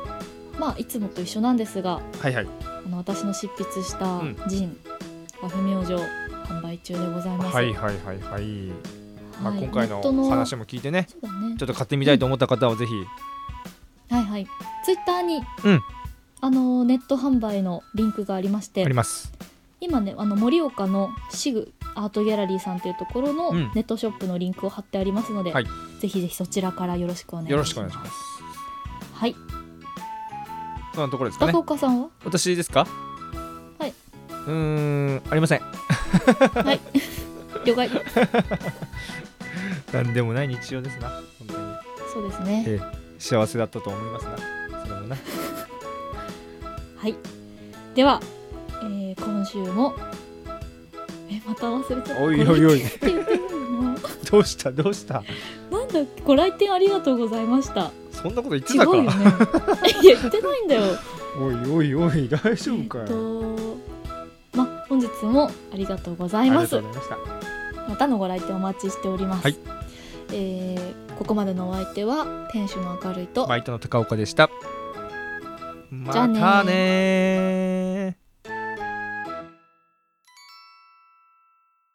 Speaker 1: まあいつもと一緒なんですが、
Speaker 2: はいはい
Speaker 1: あの私の執筆した
Speaker 2: うん
Speaker 1: ジン、和風明星販売中でございます。
Speaker 2: はいはいはいはい、まあ、
Speaker 1: はい
Speaker 2: 今回
Speaker 1: ネット
Speaker 2: の話
Speaker 1: そう
Speaker 2: も聞いてね
Speaker 1: だね
Speaker 2: ちょ。っと買ってみたいと思った方はぜひ、
Speaker 1: はいはい。ツイッターに、
Speaker 2: うん
Speaker 1: あのネット販売のリンクがありまして
Speaker 2: あり、ます
Speaker 1: 今ねあの盛岡のシグアートギャラリーさんというところの
Speaker 2: うん
Speaker 1: ネットショップのリンクを貼ってありますので、
Speaker 2: はい
Speaker 1: ぜひぜひそちらからよろしくお願いします
Speaker 2: よろしくお願いします
Speaker 1: はい
Speaker 2: そんなところですかね
Speaker 1: 高岡さんは
Speaker 2: 私ですか
Speaker 1: はいう
Speaker 2: ーんありません
Speaker 1: 了解
Speaker 2: なんでもない日常ですな本当に
Speaker 1: そうですね
Speaker 2: え幸せだったと思いますなそれも な
Speaker 1: はいでは、えー、今週もえまた忘れちゃった
Speaker 2: おいおいお
Speaker 1: ご来
Speaker 2: い
Speaker 1: 店って言ってるの
Speaker 2: どうしたどうした
Speaker 1: なんだっ けご来店ありがとうございました
Speaker 2: そんなこと言って
Speaker 1: 違
Speaker 2: た
Speaker 1: うよ
Speaker 2: か
Speaker 1: ねいや言ってないんだよ
Speaker 2: おいおいおい大丈夫か
Speaker 1: え
Speaker 2: い、
Speaker 1: っとま本日もありがとうござい
Speaker 2: あ
Speaker 1: ま
Speaker 2: りがと
Speaker 1: す
Speaker 2: うございました
Speaker 1: またのご来店お待ちしております、
Speaker 2: はい
Speaker 1: えーここまでのお相手は店主の明るいと
Speaker 2: バイトの高岡でしたま
Speaker 1: じゃあねー
Speaker 2: たねー